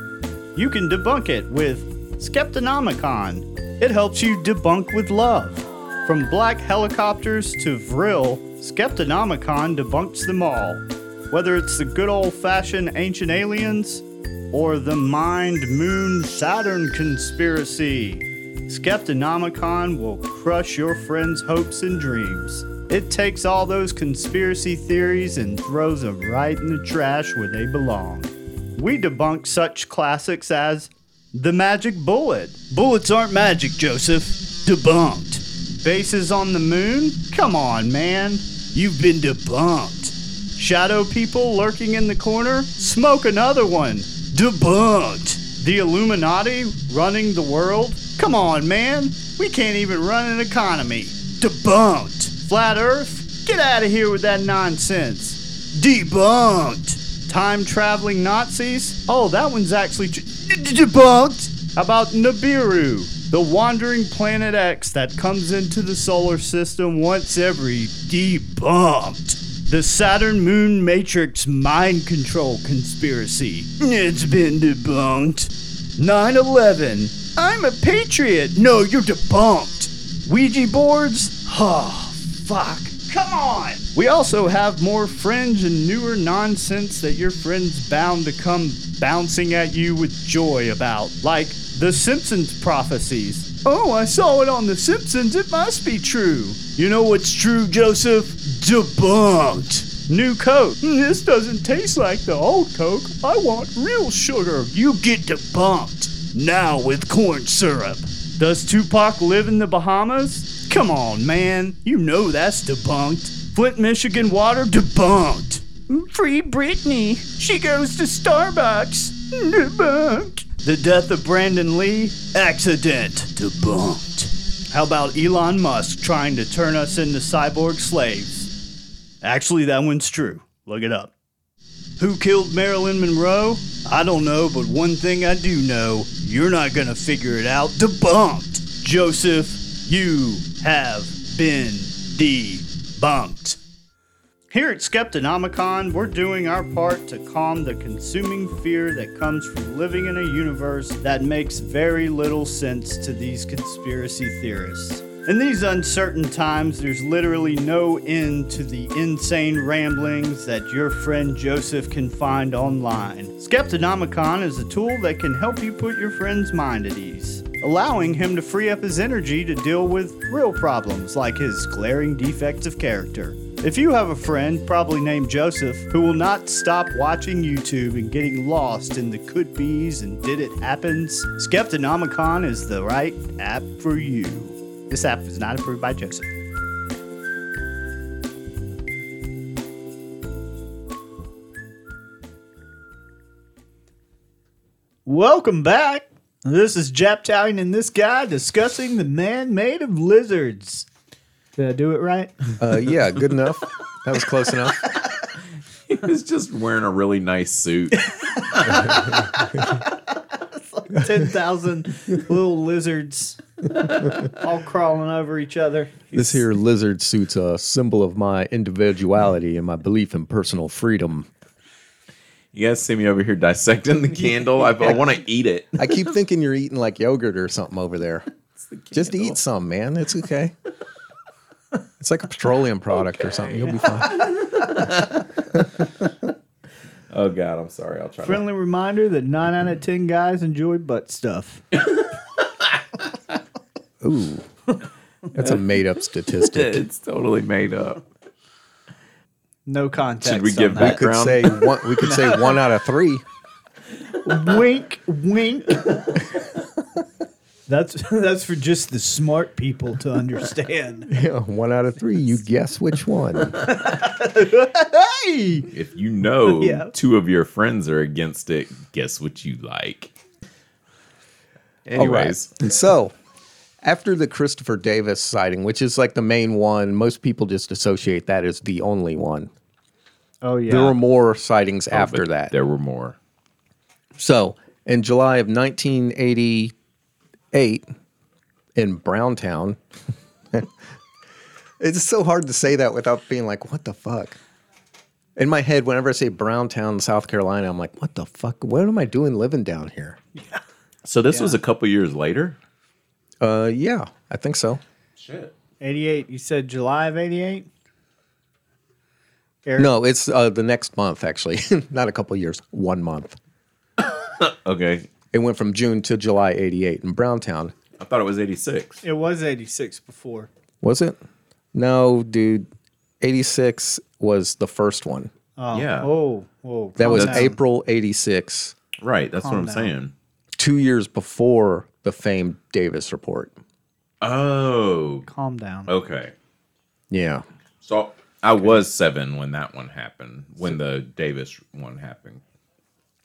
you can debunk it with Skeptonomicon. It helps you debunk with love. From black helicopters to Vril, Skeptonomicon debunks them all. Whether it's the good old fashioned ancient aliens or the mind moon Saturn conspiracy, Skeptonomicon will crush your friends' hopes and dreams. It takes all those conspiracy theories and throws them right in the trash where they belong we debunk such classics as the magic bullet. Bullets aren't magic, Joseph. Debunked. Bases on the moon? Come on, man. You've been debunked. Shadow people lurking in the corner? Smoke another one. Debunked. The Illuminati running the world? Come on, man. We can't even run an economy. Debunked. Flat Earth? Get out of here with that nonsense. Debunked. Time traveling Nazis? Oh, that one's actually tr- d- d- debunked. How about Nibiru, the wandering planet X that comes into the solar system once every debunked? The Saturn Moon Matrix mind control conspiracy. It's been debunked. 9 11. I'm a patriot. No, you're debunked. Ouija boards? Oh, fuck. Come on. We also have more fringe and newer nonsense that your friend's bound to come bouncing at you with joy about, like The Simpsons prophecies. Oh, I saw it on The Simpsons. It must be true. You know what's true, Joseph? Debunked. New Coke. "Mm, This doesn't taste like the old Coke. I want real sugar. You get debunked. Now with corn syrup. Does Tupac live in the Bahamas? Come on, man. You know that's debunked. Flint, Michigan water debunked. Free Britney. She goes to Starbucks. Debunked. The death of Brandon Lee? Accident. Debunked. How about Elon Musk trying to turn us into cyborg slaves? Actually, that one's true. Look it up. Who killed Marilyn Monroe? I don't know, but one thing I do know you're not going to figure it out. Debunked! Joseph, you have been debunked. Here at Skeptonomicon, we're doing our part to calm the consuming fear that comes from living in a universe that makes very little sense to these conspiracy theorists. In these uncertain times, there's literally no end to the insane ramblings that your friend Joseph can find online. Skeptonomicon is a tool that can help you put your friend's mind at ease, allowing him to free up his energy to deal with real problems like his glaring defects of character. If you have a friend, probably named Joseph, who will not stop watching YouTube and getting lost in the could be's and did it happens, Skeptonomicon is the right app for you. This app is not approved by Joseph. Welcome back. This is Japtown and this guy discussing the man made of lizards. Did I do it right?
Uh, yeah, good enough. That was close enough.
He was just wearing a really nice suit.
10,000 little lizards all crawling over each other.
This here lizard suit's a symbol of my individuality and my belief in personal freedom.
You guys see me over here dissecting the candle. I, I want to eat it.
I keep thinking you're eating like yogurt or something over there. Just eat some, man. It's okay. It's like a petroleum product or something. You'll be fine.
Oh God, I'm sorry. I'll try. To,
Friendly reminder that 9 out of 10 guys enjoy butt stuff.
Ooh, that's a made up statistic.
it's totally made up.
No context.
Should we
on
give
that.
Could
background?
say one, we could say one out of three.
wink, wink? That's that's for just the smart people to understand.
Yeah, one out of three. You guess which one?
Hey,
If you know
Yeah.
two of your friends are against it, guess what you like.
All right.
Anyways, Oh,
And so, after the Christopher Davis sighting, which is like the main one, most people just associate that as the only one.
oh yeah,
There were more sightings after
But
that.
there were more.
So, in July of 1988, in Browntown, it's so hard to say that without being like, what the fuck? In my head, whenever I say Browntown, South Carolina, I'm like, what the fuck? What am I doing living down here?
So this was a couple years later.
Uh, yeah, I think so.
Shit.
eighty-eight. You said July of eighty-eight.
No, it's uh, the next month, actually. Not a couple years, one month.
Okay,
It went from June to July 88 in Browntown.
I thought it was 86.
It was eighty-six before.
Was it? No, dude. 86 was the first one.
Oh,
Yeah.
Oh, oh,
That was
calm down.
April 86,
Right. That's what I'm
down.
saying.
two years before the famed Davis report.
Oh.
Calm down.
Okay.
Yeah.
So I was seven when that one happened. When the Davis one happened.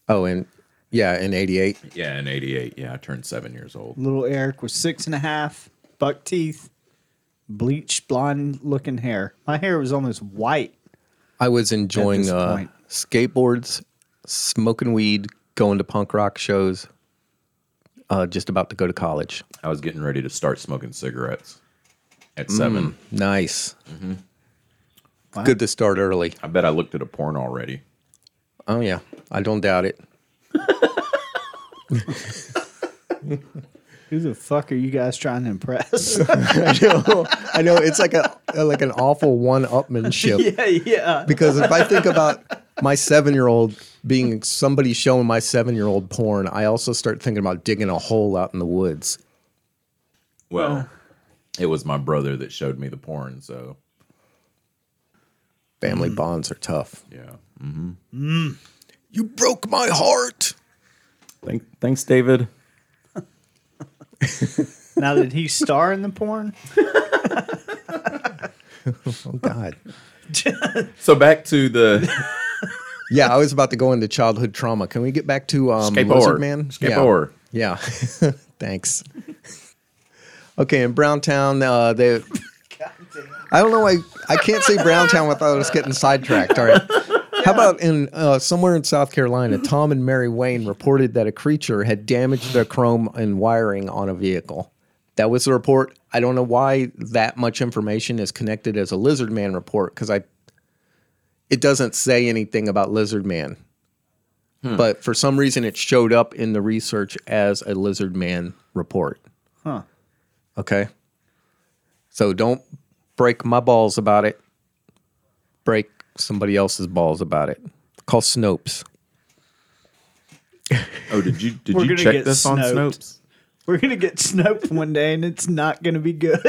Oh, and yeah, in 88.
Yeah, in '88. Yeah, I turned seven years old.
Little Eric was six and a half, buck teeth, bleached blonde looking hair. My hair was almost white.
I was enjoying
this
uh,
point.
skateboards, smoking weed, going to punk rock shows, uh, just about to go to college.
I was getting ready to start smoking cigarettes at seven.
Nice. Good to start early.
I bet I looked at a porn already.
Oh, yeah. I don't doubt it.
Who the fuck are you guys trying to impress?
I know. I know. It's like a like an awful one-upmanship.
yeah, yeah.
because if I think about my seven year old being somebody showing my seven year old porn, I also start thinking about digging a hole out in the woods.
Well, it was my brother that showed me the porn. So
Family bonds are tough.
yeah.
You broke my heart.
Thank, thanks, David.
Now did he star in the porn?
Oh God.
So back to the
Yeah, I was about to go into childhood trauma. Can we get back to um,
skateboard
Lizard Man?
Skateboard.
Yeah. yeah. Thanks. Okay, in Browntown, uh, they. I don't know why I can't say Browntown without us getting sidetracked. All right. How about in uh, somewhere in South Carolina, Tom and Mary Wayne reported that a creature had damaged their chrome and wiring on a vehicle. That was the report. I don't know why that much information is connected as a Lizard Man report because I, it doesn't say anything about Lizard Man, but for some reason it showed up in the research as a Lizard Man report.
Huh.
Okay. So don't break my balls about it. Break somebody else's balls about it. Call Snopes.
Oh, did you did
We're
you
gonna
check
get
this on
snoped.
Snopes?
We're gonna get snoped one day, and it's not gonna be good.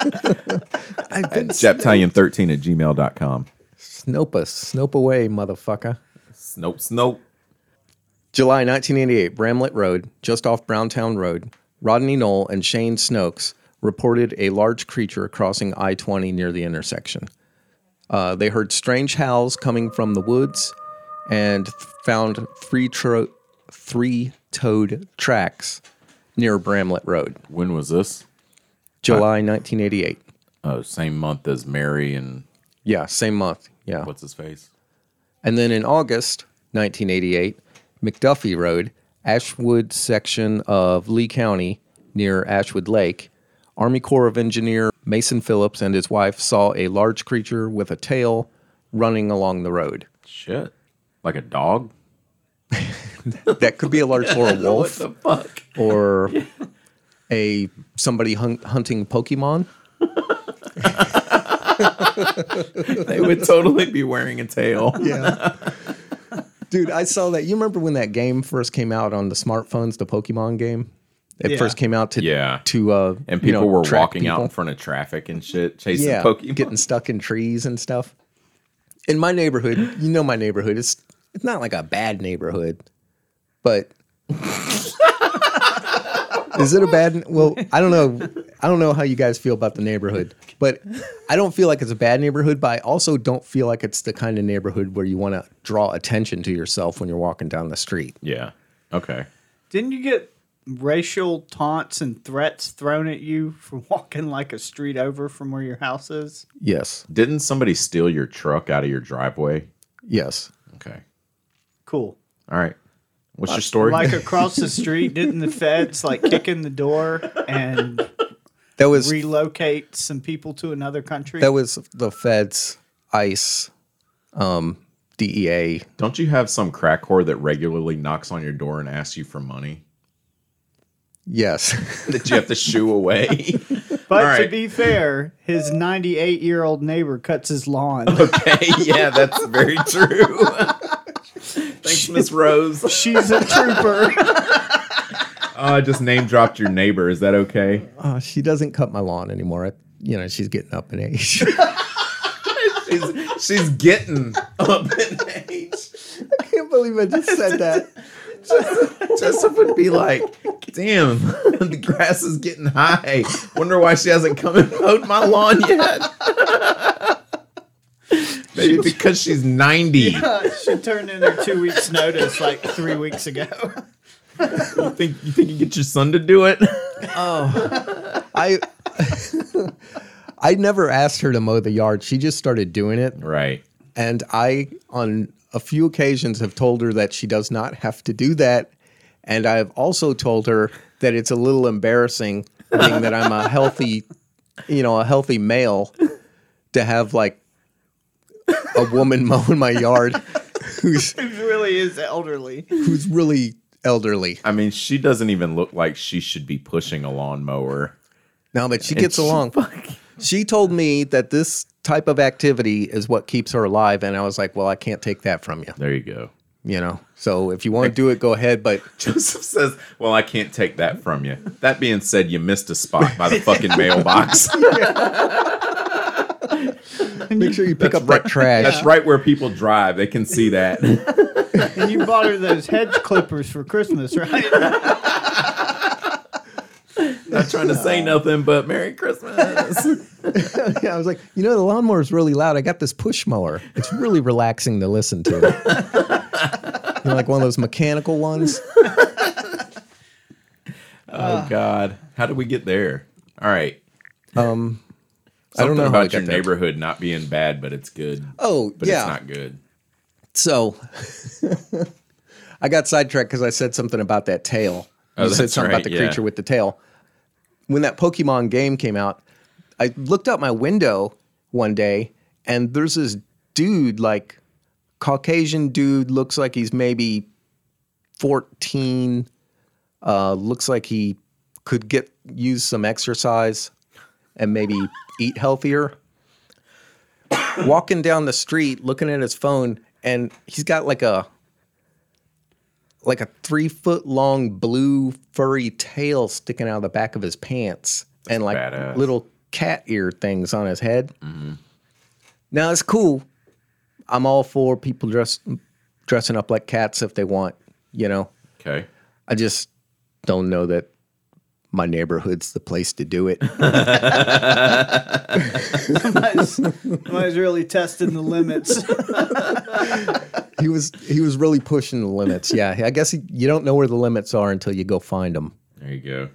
I've been
Japtalian13 at gmail.com.
Snope us. Snope away, motherfucker.
Snope, snope.
July 1988, Bramlett Road, just off Browntown Road, Rodney Knoll and Shane Snokes reported a large creature crossing I 20 near the intersection. Uh, they heard strange howls coming from the woods and found three tro- three toed tracks near Bramlett Road,
When was this?
July 1988.
Oh, same month as Mary and
Yeah, same month. Yeah.
what's his face?
And then in August 1988, McDuffie Road, Ashwood section of Lee County near Ashwood Lake, Army Corps of Engineer Mason Phillips and his wife saw a large creature with a tail running along the road.
Shit. Like a dog?
That could be a large or a wolf
fuck?
or a somebody hun- hunting Pokemon.
they would totally be wearing a tail.
Yeah. Dude, I saw that. You remember when that game first came out on the smartphones, the Pokemon game? It
Yeah.
first came out to
Yeah.
to uh
And
you
people
know,
were
track
walking out
people.
in front of traffic and shit, chasing
yeah,
Pokemon.
getting stuck in trees and stuff. In my neighborhood, you know my neighborhood. It's it's not like a bad neighborhood, but is it a bad? Well, I don't know. I don't know how you guys feel about the neighborhood, but I don't feel like it's a bad neighborhood. But I also don't feel like it's the kind of neighborhood where you want to draw attention to yourself when you're walking down the street.
yeah. Okay.
Didn't you get racial taunts and threats thrown at you for walking like a street over from where your house is?
Yes,
Didn't somebody steal your truck out of your driveway?
yes.
Okay.
Cool.
All right. What's your story?
Like across the street, didn't the feds like kick in the door and
That was
relocate some people to another country?
that was the feds, ICE, um, E DEA.
Don't you have some crack whore that regularly knocks on your door and asks you for money
Yes.
that you have to shoo away?
but
all
to
right.
be fair, his 98 year old neighbor cuts his lawn.
okay. Yeah, that's very true. Thanks, Miss Rose.
She's a trooper.
Oh, I just name dropped your neighbor. Is that okay?
Uh, she doesn't cut my lawn anymore. I, you know, she's getting up in age.
She's, she's getting up in age.
I can't believe I just said that.
Joseph would be like, damn, the grass is getting high. Wonder why she hasn't come and mowed my lawn yet. Maybe because she's 90.
she turned in her two weeks' notice like three weeks ago.
You, think, you think you get your son to do it?
I I never asked her to mow the yard. She just started doing it,
Right.
and I on a few occasions have told her that she does not have to do that, and I have also told her that it's a little embarrassing being that I'm a healthy, you know, a healthy male to have like a woman mowing my yard who's
It really is elderly.
who's really elderly.
I mean, she doesn't even look like she should be pushing a lawnmower.
No, but she gets
she-
along. She told me that this type of activity is what keeps her alive, and I was like, "Well, I can't take that from you."
There you go.
You know. So if you want to do it, go ahead. But
Joseph says, Well, I can't take that from you. That being said, you missed a spot by the fucking mailbox.
make sure you pick up that trash.
That's right where people drive. They can see that.
And you bought her those hedge clippers for Christmas, right?
Not trying to say nothing, but Merry Christmas.
I was like, you know, the lawnmower is really loud. I got this push mower. It's really relaxing to listen to. you know, like one of those mechanical ones.
Oh God, how did we get there? All right,
I don't
Something
know how I
about
got
your
there.
neighborhood not being bad, but it's good.
Oh,
but
yeah.
it's not good.
So I got sidetracked because I said something about that tail.
Oh,
you said
that's
something
right,
about the
yeah.
creature with the tail. When that Pokemon game came out, I looked out my window one day and there's this dude, like Caucasian dude, looks like he's maybe 14, uh, looks like he could get use some exercise and maybe eat healthier walking down the street looking at his phone and he's got like a like a three foot long blue furry tail sticking out of the back of his pants and like
badass.
little cat ear things on his head now it's cool i'm all for people dress, dressing up like cats if they want you know
Okay.
i just don't know that my neighborhood's the place to do it
Somebody's, somebody's really testing the limits.
he was he was really pushing the limits. Yeah, I guess he, you don't know where the limits are until you go find them.
There you go.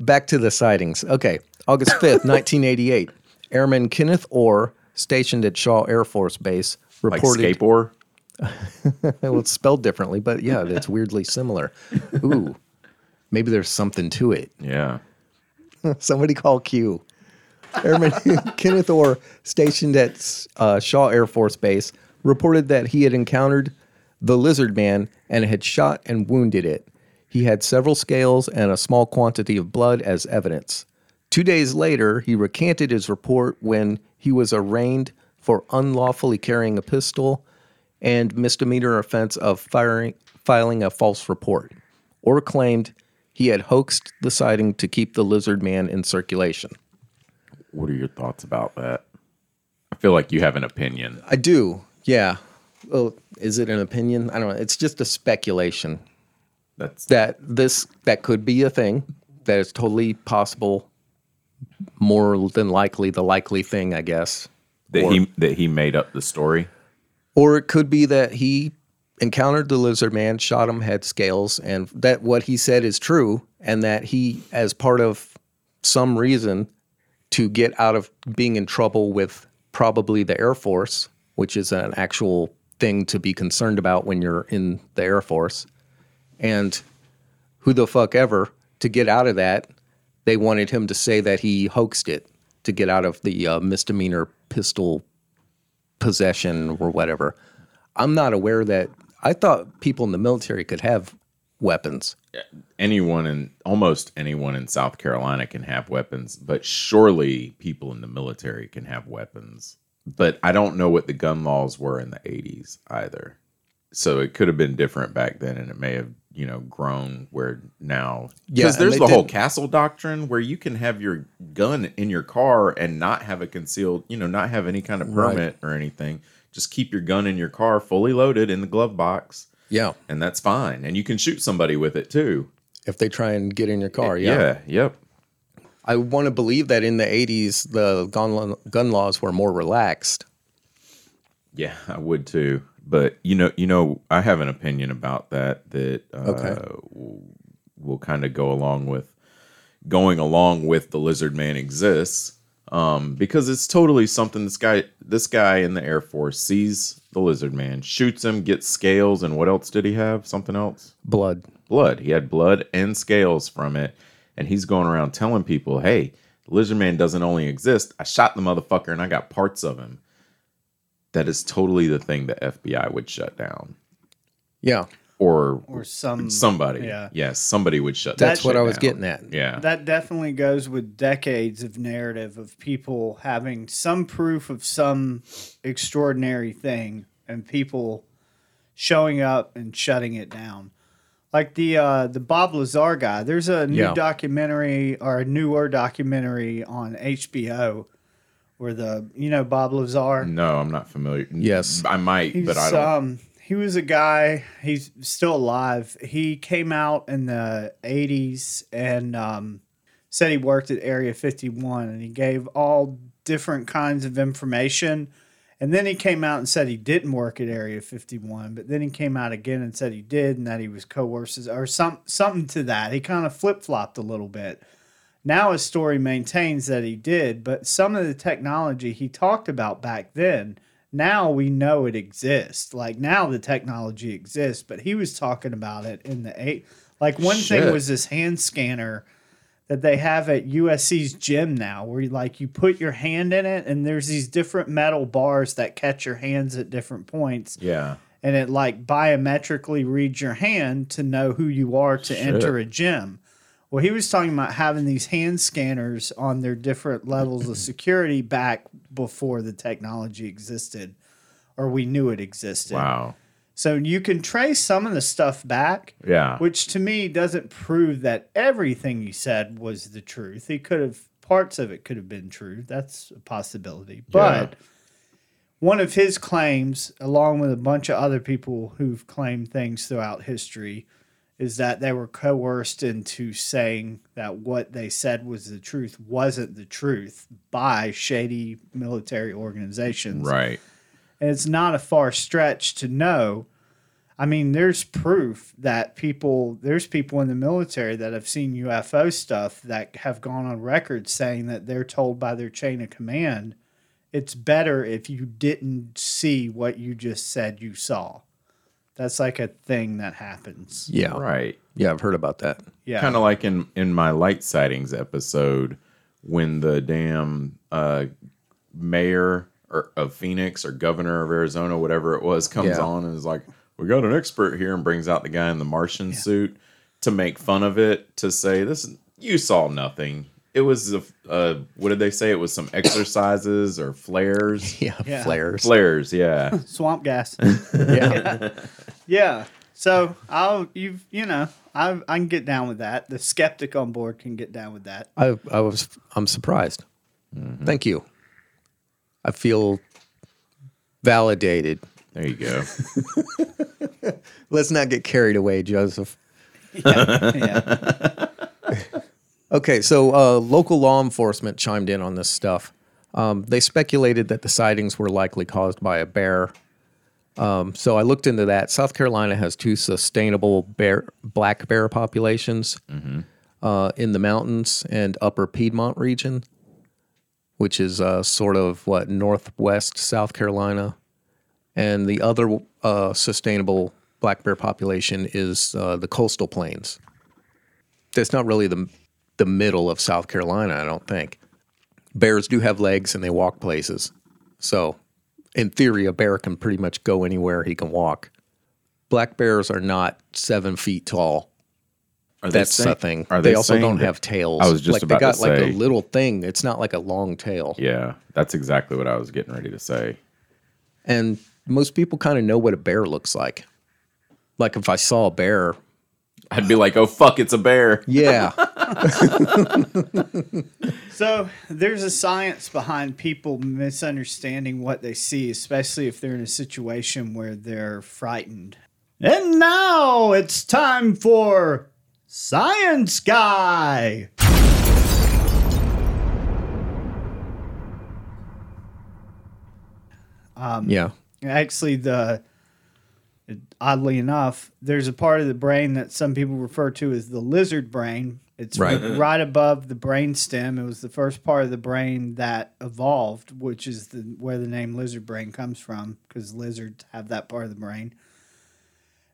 Back to the sightings. Okay, August fifth, nineteen eighty-eight. Airman Kenneth Orr, stationed at Shaw Air Force Base,
Like
reported.
skateboard.
well, it's spelled differently, but yeah, it's weirdly similar. Ooh, maybe there's something to it.
Yeah.
Somebody call Q. Airman Kenneth Orr, stationed at uh, Shaw Air Force Base, reported that he had encountered the lizard man and had shot and wounded it. He had several scales and a small quantity of blood as evidence. Two days later, he recanted his report when he was arraigned for unlawfully carrying a pistol and misdemeanor offense of firing, filing a false report, or claimed he had hoaxed the sighting to keep the lizard man in circulation.
What are your thoughts about that? I feel like you have an opinion.
I do. Yeah. Well, is it an opinion? I don't know. It's just a speculation
That's
that this that could be a thing that is totally possible. More than likely, the likely thing, I guess.
that he that he made up the story.
Or it could be that he encountered the lizard man, shot him, had scales, and that what he said is true, and that he, as part of some reason to get out of being in trouble with probably the Air Force, which is an actual thing to be concerned about when you're in the Air Force, and who the fuck ever, to get out of that, they wanted him to say that he hoaxed it to get out of the uh, misdemeanor pistol possession or whatever. I'm not aware that I thought people in the military could have weapons.
Anyone in almost anyone in South Carolina can have weapons, but surely people in the military can have weapons. But I don't know what the gun laws were in the 80s either. So it could have been different back then and it may have, you know, grown where now
Yeah, and
there's
they
the whole
didn't-
castle doctrine where you can have your gun in your car and not have a concealed, you know, not have any kind of
Right.
permit or anything. Just keep your gun in your car fully loaded in the glove box.
Yeah.
and that's fine. And you can shoot somebody with it too.
If they try and get in your car, yeah.
yep.
I want to believe that in the 80s, the gun, law- gun laws were more relaxed.
Yeah, I would too. But you know, you know, I have an opinion about that that uh,
Okay.
will, will kind of go along with going along with the lizard man exists um, because it's totally something this guy this guy in the air force sees the lizard man shoots him gets scales and what else did he have something else
Blood.
blood. He had blood and scales from it. And he's going around telling people, hey, the lizard man doesn't only exist. I shot the motherfucker and I got parts of him. That is totally the thing the FBI would shut down.
Yeah.
Or,
Or some
somebody.
Mm. yeah.
Yes, somebody would shut
That's
that
what
shit
I was
down.
getting at.
Yeah.
That definitely goes with decades of narrative of people having some proof of some extraordinary thing and people showing up and shutting it down. Like the uh, the Bob Lazar guy. There's a new
Yeah.
documentary or a newer documentary on HBO where the you know Bob Lazar.
no, I'm not familiar.
Yes.
I might,
He's,
but I don't.
Um, he was a guy. He's still alive. He came out in the '80s and um, said he worked at Area 51, and he gave all different kinds of information. And then he came out and said he didn't work at Area 51, but then he came out again and said he did, and that he was coerces or some something to that. He kind of flip flopped a little bit. Now his story maintains that he did, but some of the technology he talked about back then, now we know it exists. Like now the technology exists, but he was talking about it in the eight. Like one thing
Shit.
was this hand scanner that they have at USC's gym now, where you like you put your hand in it, and there's these different metal bars that catch your hands at different points,
Yeah.
and it like biometrically reads your hand to know who you are to enter a gym. Well, he was talking about having these hand scanners on their different levels of security back before the technology existed or we knew it existed.
Wow.
So you can trace some of the stuff back,
Yeah.
which to me doesn't prove that everything he said was the truth. He could have parts of it could have been true. That's a possibility. But one of his claims, along with a bunch of other people who've claimed things throughout history, is that they were coerced into saying that what they said was the truth wasn't the truth by shady military organizations.
Right.
And it's not a far stretch to know. I mean, there's proof that people, there's people in the military that have seen UFO stuff that have gone on record saying that they're told by their chain of command, it's better if you didn't see what you just said you saw. That's like a thing that happens.
Yeah.
Right.
Yeah, I've heard about that.
Yeah.
Kind of like in in my light sightings episode when the damn uh, mayor or, of Phoenix or governor of Arizona, whatever it was, comes
Yeah.
on and is like, "We got an expert here," and brings out the guy in the Martian suit to make fun of it to say, "This you saw nothing." It was a, uh, what did they say? It was some exercises or flares.
Yeah,
Yeah.
flares.
Flares, yeah.
Swamp gas.
Yeah.
yeah. So I'll, you've, you know, I, I can get down with that. The skeptic on board can get down with that.
I I was I'm surprised. Thank you. I feel validated.
There you go.
Let's not get carried away, Joseph.
Yeah.
Okay, so uh, local law enforcement chimed in on this stuff. Um, they speculated that the sightings were likely caused by a bear. Um, so I looked into that. South Carolina has two sustainable bear, black bear populations uh, in the mountains and upper Piedmont region, which is uh, sort of what, northwest South Carolina. And the other uh, sustainable black bear population is uh, the coastal plains that's not really the the middle of South Carolina, I don't think. Bears do have legs and they walk places. So, in theory, a bear can pretty much go anywhere he can walk. Black bears are not seven feet tall.
Are they
That's
saying-
the thing.
are
They, also
saying
don't
that-
have tails.
I was just
like
about
they got
to
like
say-
a little thing. It's not like a long tail.
Yeah, that's exactly what I was getting ready to say.
And most people kind of know what a bear looks like. Like if I saw a bear,
I'd be like, "Oh fuck, it's a bear."
yeah,
So there's a science behind people misunderstanding what they see, especially if they're in a situation where they're frightened. And now it's time for Science Guy.
Um,
yeah,
Actually, the oddly enough, there's a part of the brain that some people refer to as the lizard brain. It's
Right.
right, above the brain stem. It was the first part of the brain that evolved, which is the, where the name lizard brain comes from, because lizards have that part of the brain.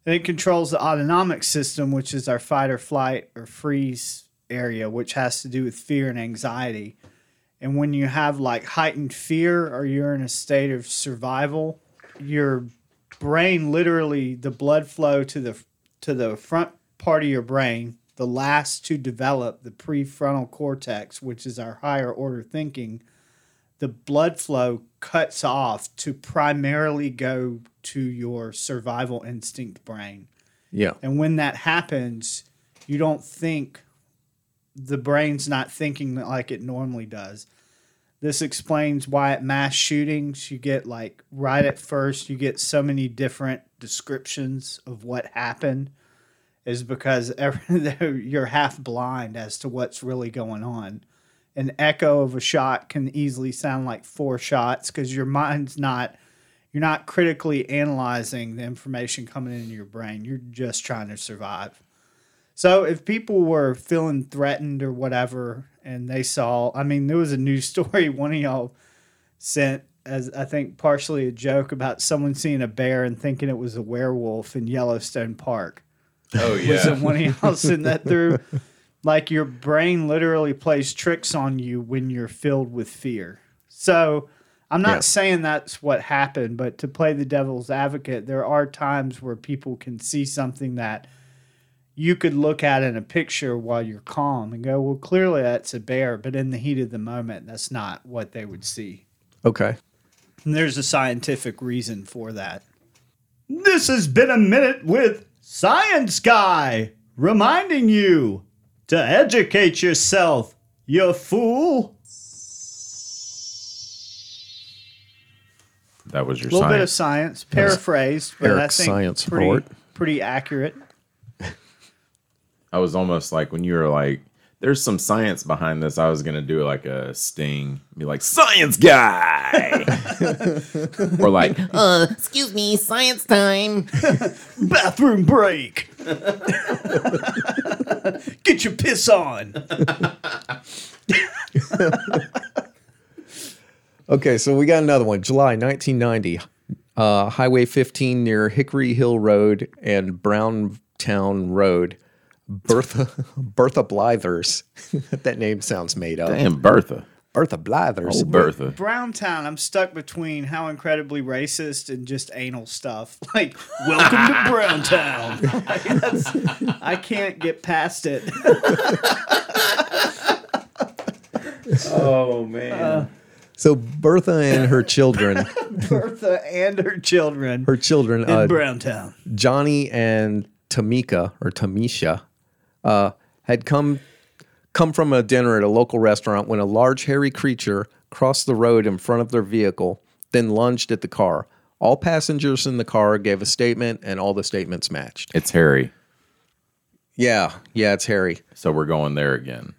And it controls the autonomic system, which is our fight or flight or freeze area, which has to do with fear and anxiety. And when you have like heightened fear or you're in a state of survival, your brain literally the blood flow to the to the front part of your brain, the last to develop the prefrontal cortex, which is our higher order thinking, the blood flow cuts off to primarily go to your survival instinct brain.
yeah,
And when that happens, you don't think the brain's not thinking like it normally does. This explains why at mass shootings, you get like right at first, you get so many different descriptions of what happened, is because every, you're half blind as to what's really going on. An echo of a shot can easily sound like four shots because your mind's not you're not critically analyzing the information coming into your brain. You're just trying to survive. So if people were feeling threatened or whatever, and they saw, I mean, there was a news story one of y'all sent as I think partially a joke about someone seeing a bear and thinking it was a werewolf in Yellowstone Park.
Oh
Was it one of y'all sent that through? Like your brain literally plays tricks on you when you're filled with fear. So I'm not
Yeah.
saying that's what happened, but to play the devil's advocate, there are times where people can see something that you could look at in a picture while you're calm and go, well, clearly that's a bear, but in the heat of the moment, that's not what they would see.
Okay.
And there's a scientific reason for that. This has been a minute with Science Guy, reminding you to educate yourself, you fool.
That was your
A little bit of
science.
science, paraphrased, but I
Eric's
think
science
pretty,
report.
pretty accurate.
I was almost like when you were like, "There's some science behind this." I was gonna do like a sting, be like, "Science guy," or like,
Uh, excuse me, science time.
Bathroom break. Get your piss on.
Okay, so we got another one. July 1990, uh, Highway 15 near Hickory Hill Road and Browntown Road. Bertha Bertha Blithers. that name sounds made up.
"Damn, Oh, Bertha,
Bertha
Oh,
Blithers.
old Bertha."
Browntown, I'm stuck between how incredibly racist and just anal stuff. Like, welcome to Browntown. Like, that's- I can't get past it.
Oh man,
So Bertha and her children,
Bertha and her children
her children,
in
uh,
Browntown.
Johnny and Tamika or Tamisha uh, had come come from a dinner at a local restaurant when a large hairy creature crossed the road in front of their vehicle, then lunged at the car. All passengers in the car gave a statement, and all the statements matched.
it's Harry.
Yeah, yeah, it's hairy.
So we're going there again.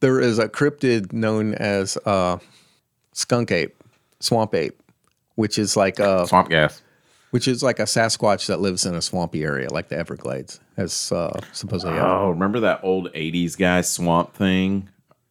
There is a cryptid known as uh, skunk ape, swamp ape, which is like a
Swamp gas.
which is like a Sasquatch that lives in a swampy area, like the Everglades, as uh, supposedly.
Oh, remember that old '80s guy swamp thing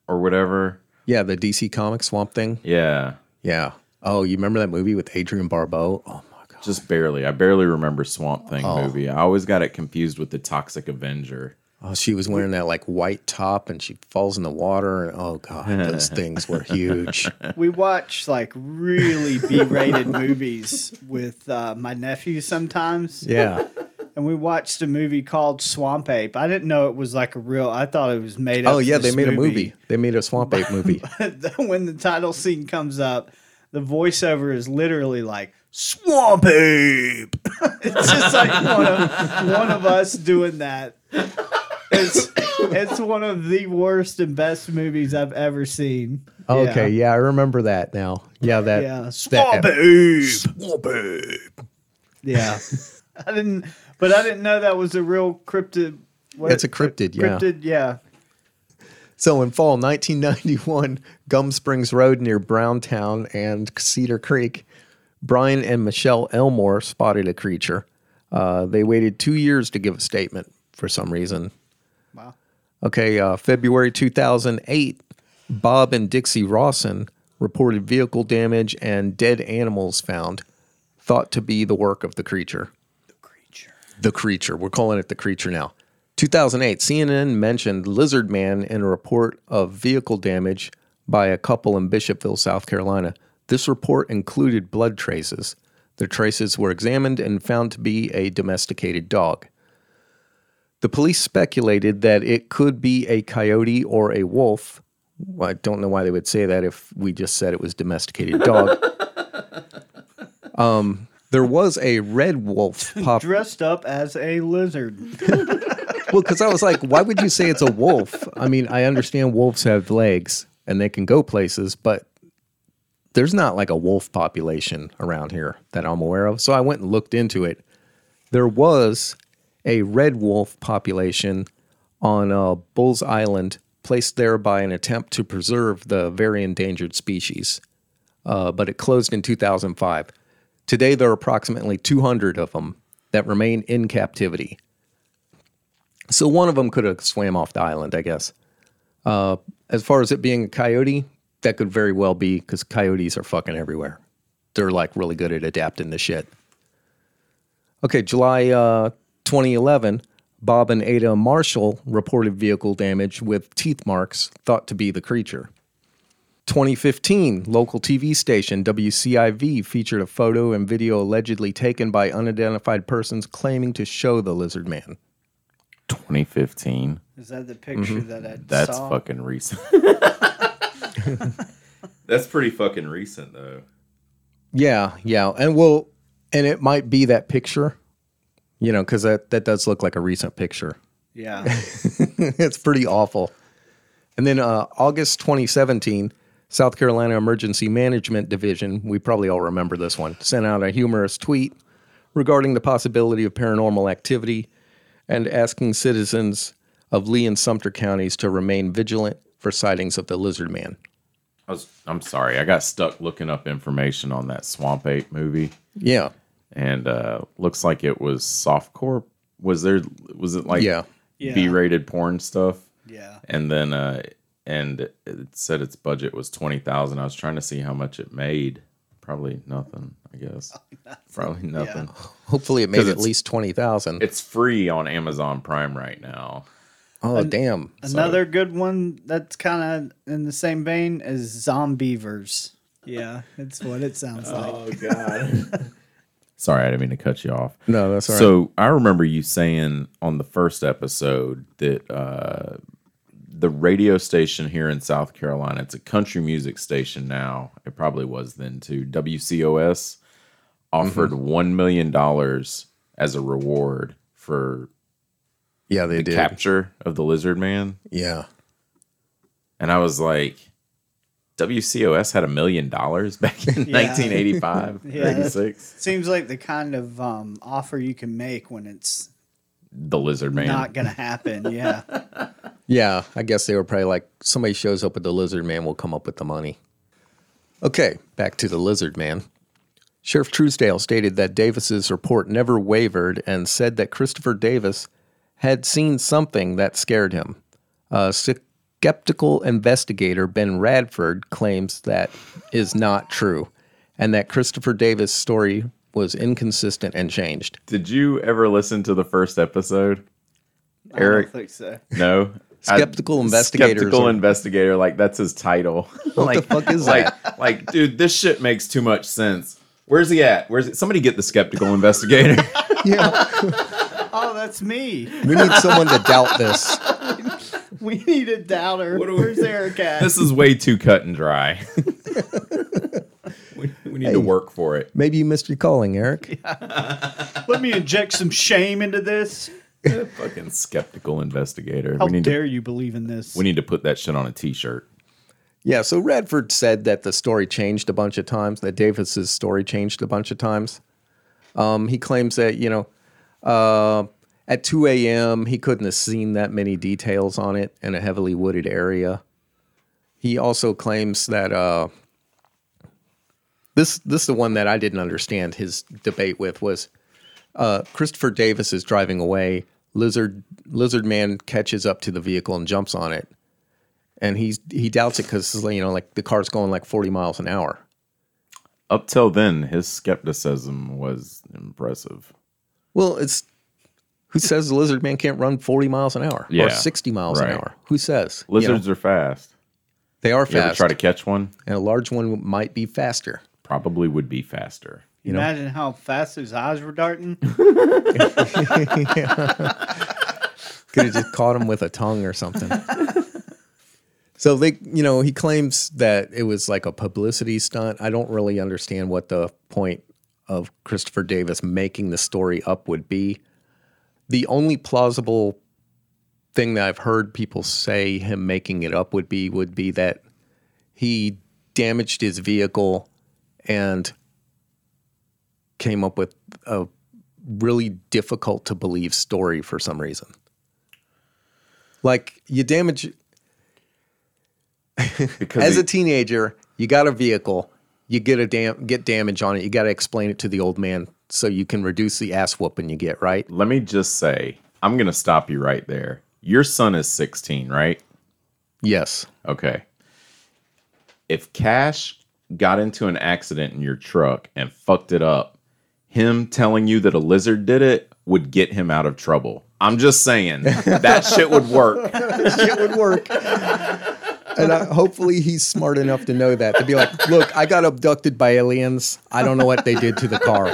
or whatever?
Yeah, the DC Comics Swamp Thing.
Yeah,
Yeah. Oh, you remember that movie with Adrian Barbeau? Oh my god.
just barely. I barely remember Swamp Thing
Oh.
movie. I always got it confused with the Toxic Avenger.
Oh, she was wearing that like white top and she falls in the water and oh god, those things were huge.
We watch like really B rated movies with uh, my nephew sometimes.
Yeah.
And we watched a movie called Swamp Ape. I didn't know it was like a real, I thought it was made up.
Oh
for
yeah, they
this
made a movie. They made a swamp ape movie.
when the title scene comes up, the voiceover is literally like "Swamp Ape." it's just like one of, one of us doing that. It's it's one of the worst and best movies I've ever seen.
Okay, yeah, I remember that now. Yeah, that
Yeah.
that-
Swamp Ape. Yeah. I didn't, but I didn't know that was a real cryptid. What,
It's a cryptid, yeah.
Cryptid, yeah.
So in fall 1991, Gum Springs Road near Browntown and Cedar Creek, Brian and Michelle Elmore spotted a creature. Uh, they waited two years to give a statement for some reason.
Wow.
Okay, uh, February 2008, Bob and Dixie Rawson reported vehicle damage and dead animals found, thought to be the work of the creature. The creature. The creature. We're calling it the creature now. 2008, CNN mentioned Lizard Man in a report of vehicle damage by a couple in Bishopville, South Carolina. This report included blood traces. The traces were examined and found to be a domesticated dog. The police speculated that it could be a coyote or a wolf. Well, I don't know why they would say that if we just said it was domesticated dog. um, there was a red wolf pop. well,
Dressed up as a lizard.
because I was like, why would you say it's a wolf? I mean, I understand wolves have legs and they can go places, but there's not like a wolf population around here that I'm aware of. So I went and looked into it. There was a red wolf population on uh, Bulls Island, placed there by an attempt to preserve the very endangered species. Uh, but it closed in 2005. Today, there are approximately 200 of them that remain in captivity. So one of them could have swam off the island, I guess. Uh, as far as it being a coyote, that could very well be because coyotes are fucking everywhere. They're like really good at adapting to shit. Okay, July uh, 2011, Bob and Ada Marshall reported vehicle damage with teeth marks thought to be the creature. 2015, local TV station WCIV featured a photo and video allegedly taken by unidentified persons claiming to show the lizard man.
2015.
Is that the picture
Mm-hmm.
that I
That's
saw?
fucking recent. That's pretty fucking recent though.
Yeah, yeah, and well, and it might be that picture, you know, because that that does look like a recent picture.
Yeah.
it's pretty awful. And then uh, August 2017, South Carolina Emergency Management Division, we probably all remember this one, sent out a humorous tweet regarding the possibility of paranormal activity and asking citizens of Lee and Sumter counties to remain vigilant for sightings of the lizard man.
I was, I'm sorry, I got stuck looking up information on that Swamp Ape movie,
Yeah.
and uh, looks like it was softcore. Was there? Was it like
Yeah.
Yeah.
B-rated porn stuff?
yeah.
And then, uh, and it said its budget was twenty thousand. I was trying to see how much it made. Probably nothing, I guess. Probably nothing.
Hopefully it made
'Cause
at
it's-
least 20,000.
It's free on Amazon Prime right now.
Oh, damn.
Another good one that's kind of in the same vein is Zombievers. Uh, Yeah, it's what it sounds like.
Sorry, I didn't mean to cut you off.
No, that's all right.
So I remember you saying on the first episode that uh, the radio station here in South Carolina, it's a country music station now. It probably was then too. WCOS offered
Mm-hmm.
$1 million as a reward for
yeah, they did.
capture of the lizard man.
yeah.
And I was like, WCOS had a million dollars back in
Yeah.
1985,
Yeah, that's-
86.
Seems like the kind of um, offer you can make when it's
The lizard man.
not going to happen. Yeah.
Yeah, I guess they were probably like somebody shows up with the lizard man, we'll come up with the money. Okay, back to the lizard man. Sheriff Truesdale stated that Davis's report never wavered and said that Christopher Davis had seen something that scared him. A skeptical investigator, Ben Radford, claims that is not true and that Christopher Davis' story was inconsistent and changed.
Did you ever listen to the first episode?
I
Eric,
don't think so.
no. I-
Skeptical investigators
Skeptical
are-
investigator, like that's his title.
What
like,
the fuck is
like,
that?
like, dude, this shit makes too much sense. Where's he at? Where's it? Somebody get the skeptical investigator.
Yeah,
Oh, that's me.
we need someone to doubt this.
We need a doubter.
What do we-
Where's Eric at?
this is way too cut and dry. we, we need to work for it.
Maybe you missed your calling, Eric.
Let me inject some shame into this.
Fucking skeptical investigator.
How
we need
dare
to
you believe in this?
we need to put that shit on a t-shirt.
Yeah, so Radford said that the story changed a bunch of times, that Davis's story changed a bunch of times. Um, he claims that, you know, uh, at 2 a.m., he couldn't have seen that many details on it in a heavily wooded area. He also claims that uh, this this is the one that I didn't understand his debate with was uh, Christopher Davis is driving away. Lizard Lizard Man catches up to the vehicle and jumps on it and he's he doubts it because you know like the car's going like 40 miles an hour
Up till then, his skepticism was impressive.
well it's who says the lizard man can't run 40 miles an hour
Yeah,
or 60 miles
right.
an hour who says You know,
Lizards are fast.
they are
You ever
fast
try to catch one?
and a large one might be faster
Probably would be faster.
Imagine how fast his eyes were darting.
could have just caught him with a tongue or something so they you know he claims that it was like a publicity stunt i don't really understand what the point of christopher davis making the story up would be the only plausible thing that I've heard people say him making it up would be would be that he damaged his vehicle and came up with a really difficult to believe story for some reason. Like you damage
Because
as
he-
a teenager, you got a vehicle, you get a dam- get damage on it, you got to explain it to the old man so you can reduce the ass whooping you get, right?
let me just say I'm going to stop you right there. Your son is 16, right?
Yes.
Okay. If Cash got into an accident in your truck and fucked it up, him telling you that a lizard did it would get him out of trouble. I'm just saying that shit would work.
it would work. And I, hopefully he's smart enough to know that to be like, look, I got abducted by aliens. I don't know what they did to the car.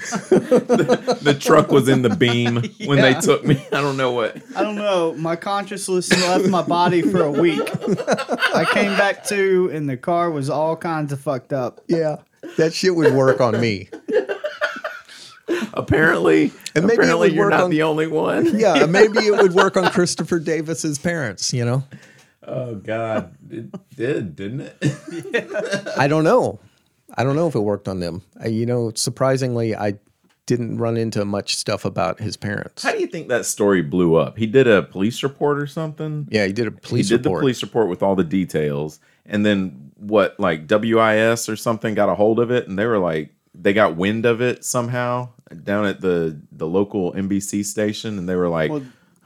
The truck was in the beam when they took me. I don't know what.
I don't know. My consciousness left my body for a week. I came back to, and the car was all kinds of fucked up.
Yeah, that shit would work on me.
Apparently,
And maybe it
apparently
would
you're
work
not
on-
the only one.
Yeah, maybe it would work on Christopher Davis's parents. You know,
Oh God, it did, didn't it?
I don't know. I don't know if it worked on them. Uh, you know, surprisingly, I didn't run into much stuff about his parents.
How do you think that story blew up? He did a police report or something.
Yeah, he did a police
he did
report.
the police report with all the details and then what like wis or something got a hold of it and they were like they got wind of it somehow down at the the local nbc station and they were like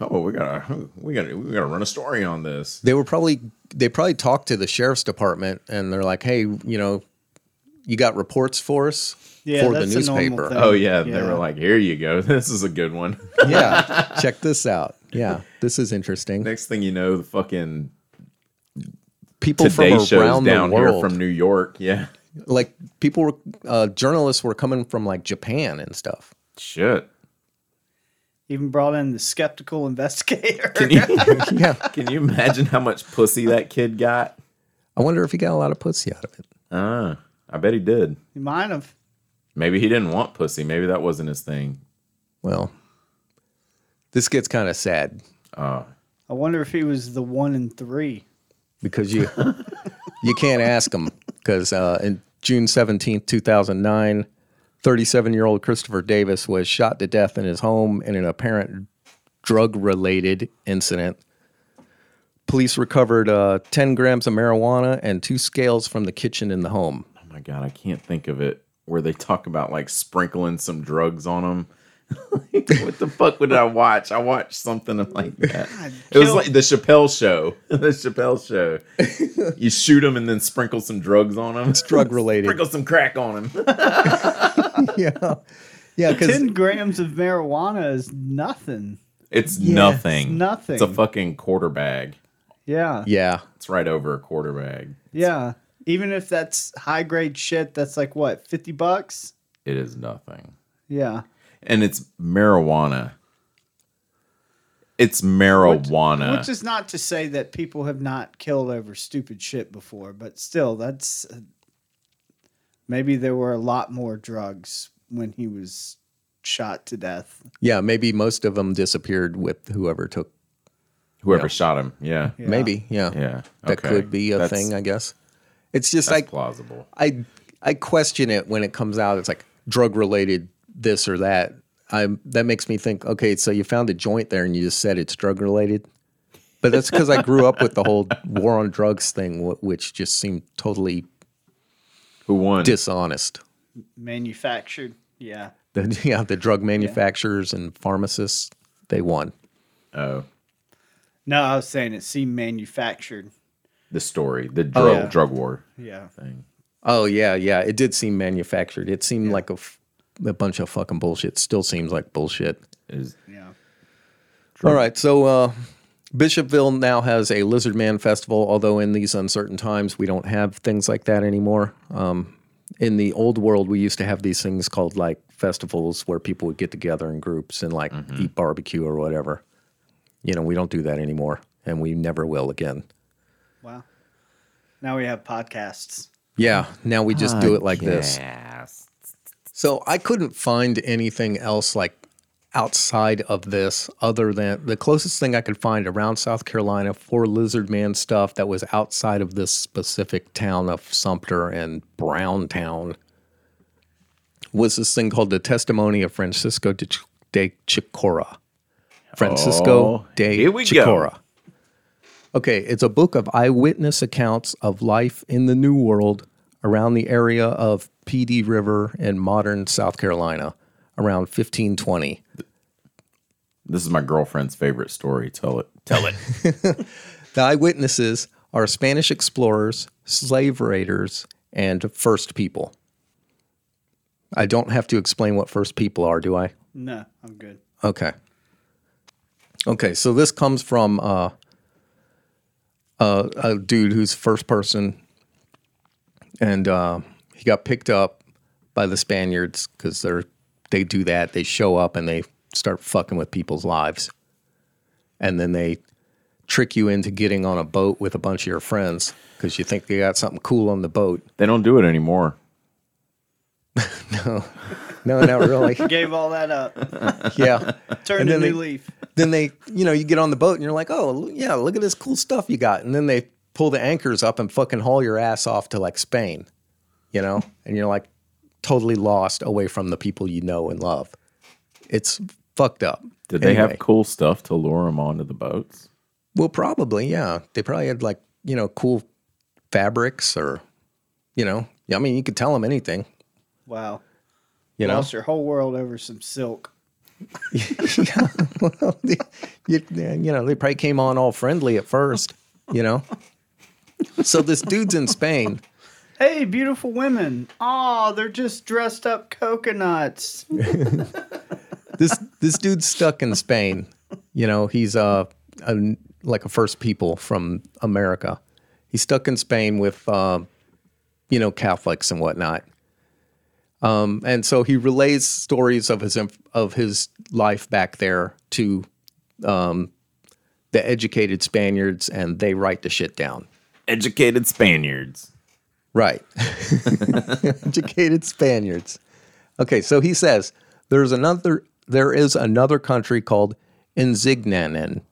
oh we gotta we gotta we gotta run a story on this
They were probably they probably talked to the sheriff's department and they're like, "Hey, you know, you got reports for us
Yeah,
for the
that's a normal
newspaper."
thing.
oh yeah, they
Yeah.
were like here you go this is a good one
yeah.
Check this out. Yeah, this is interesting.
next thing you know the fucking
People
today
from
shows
around
down
the
here
world
from new york yeah
like people were uh, journalists were coming from like Japan and stuff.
shit
Even brought in the skeptical investigator.
can you,
Yeah.
can you imagine how much pussy that kid got
I wonder if he got a lot of pussy out of it.
uh, i bet he did
You might have.
Maybe he didn't want pussy. Maybe that wasn't his thing.
Well, this gets kind of sad
Uh,
I wonder if he was the one in three.
because you you can't ask him because uh, in June seventeenth, two 2009, 37-year-old Christopher Davis was shot to death in his home in an apparent drug-related incident. Police recovered uh, 10 grams of marijuana and two scales from the kitchen in the home.
Oh my god, I can't think of it. Where they talk about like sprinkling some drugs on him. like, what the fuck would I watch? I watched something like that. It was
kill-
like the Chappelle Show. the Chappelle Show. you shoot him and then sprinkle some drugs on him. It's
drug-related.
sprinkle some crack on him.
Yeah, yeah, because
Ten grams of marijuana is nothing.
It's nothing.
nothing.
It's a fucking quarter bag.
Yeah.
Yeah.
It's right over a quarter bag.
Yeah. Even if that's high grade shit, that's like what, 50 bucks?
It is nothing.
Yeah.
And it's marijuana. It's marijuana.
Uh.
Which is not to say that people have not killed over stupid shit before, but still, that's uh, maybe there were a lot more drugs when he was shot to death.
Yeah, maybe most of them disappeared with whoever took.
Whoever shot him. Yeah. Yeah.
Maybe, yeah, that could be a
That's-
thing, I guess. It's just
That's
like
plausible.
I I question it when it comes out. It's like drug related this or that. I that makes me think. Okay, so you found a joint there and you just said it's drug related, but that's because I grew up with the whole war on drugs thing, wh- which just seemed totally
Who won?
dishonest.
Manufactured. Yeah.
The, yeah, the drug manufacturers and pharmacists they won.
oh,
No, I was saying it seemed manufactured.
the story, the drug
Oh, yeah.
drug war
Yeah.
thing.
Oh yeah, yeah. It did seem manufactured. It seemed like a, f- a bunch of fucking bullshit. Still seems like bullshit.
Is
Yeah.
All right, so uh, Bishopville now has a Lizard Man Festival. Although in these uncertain times, we don't have things like that anymore. Um, in the old world, we used to have these things called like festivals where people would get together in groups and like eat barbecue or whatever. You know, we don't do that anymore, and we never will again.
Wow. Now we have podcasts.
Yeah, now we just do it like this. So I couldn't find anything else like outside of this other than the closest thing I could find around South Carolina for lizard man stuff that was outside of this specific town of Sumter and Browntown was this thing called the Testimony of Francisco de, Ch- de Chicora. Francisco
Oh,
de
here we go.
Chicora. Okay, it's a book of eyewitness accounts of life in the New World around the area of PD River in modern South Carolina around 1520.
This is my girlfriend's favorite story. Tell it. Tell it.
The eyewitnesses are Spanish explorers, slave raiders, and first people. I don't have to explain what first people are, do I?
No, I'm good.
Okay. Okay, so this comes from uh, uh, a dude who's first person, and uh, he got picked up by the Spaniards because they're they do that. They show up and they start fucking with people's lives, and then they trick you into getting on a boat with a bunch of your friends because you think they got something cool on the boat.
They don't do it anymore.
No, not really.
Gave all that up.
yeah.
Turned
And
a new
then they-
leaf.
then they, you know, you get on the boat and you're like, oh, yeah, look at this cool stuff you got. And then they pull the anchors up and fucking haul your ass off to like Spain, you know? And you're like totally lost away from the people you know and love. It's fucked up.
Did they
Anyway.
have cool stuff to lure them onto the boats?
Well, probably, yeah. They probably had like, you know, cool fabrics or, you know, I mean, you could tell them anything,
Wow.
you know?
Lost your whole world over some silk.
you, you know, they probably came on all friendly at first, you know? so this dude's in Spain.
Hey, beautiful women. Aw, they're just dressed up coconuts.
this this dude's stuck in Spain. You know, he's uh, a like a first people from America. He's stuck in Spain with uh, you know Catholics and whatnot. Um, and so he relays stories of his inf- of his life back there to um, the educated Spaniards, and they write the shit down.
Educated Spaniards.
Right. Educated Spaniards. Okay, so he says there's another there is another country called Insignanen,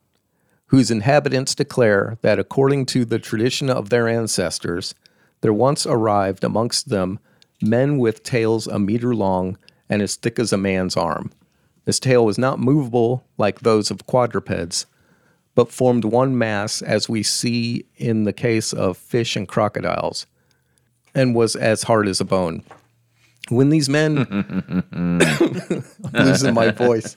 whose inhabitants declare that according to the tradition of their ancestors, there once arrived amongst them men with tails a meter long and as thick as a man's arm. This tail was not movable like those of quadrupeds, but formed one mass as we see in the case of fish and crocodiles and was as hard as a bone. When these men, I'm losing my voice.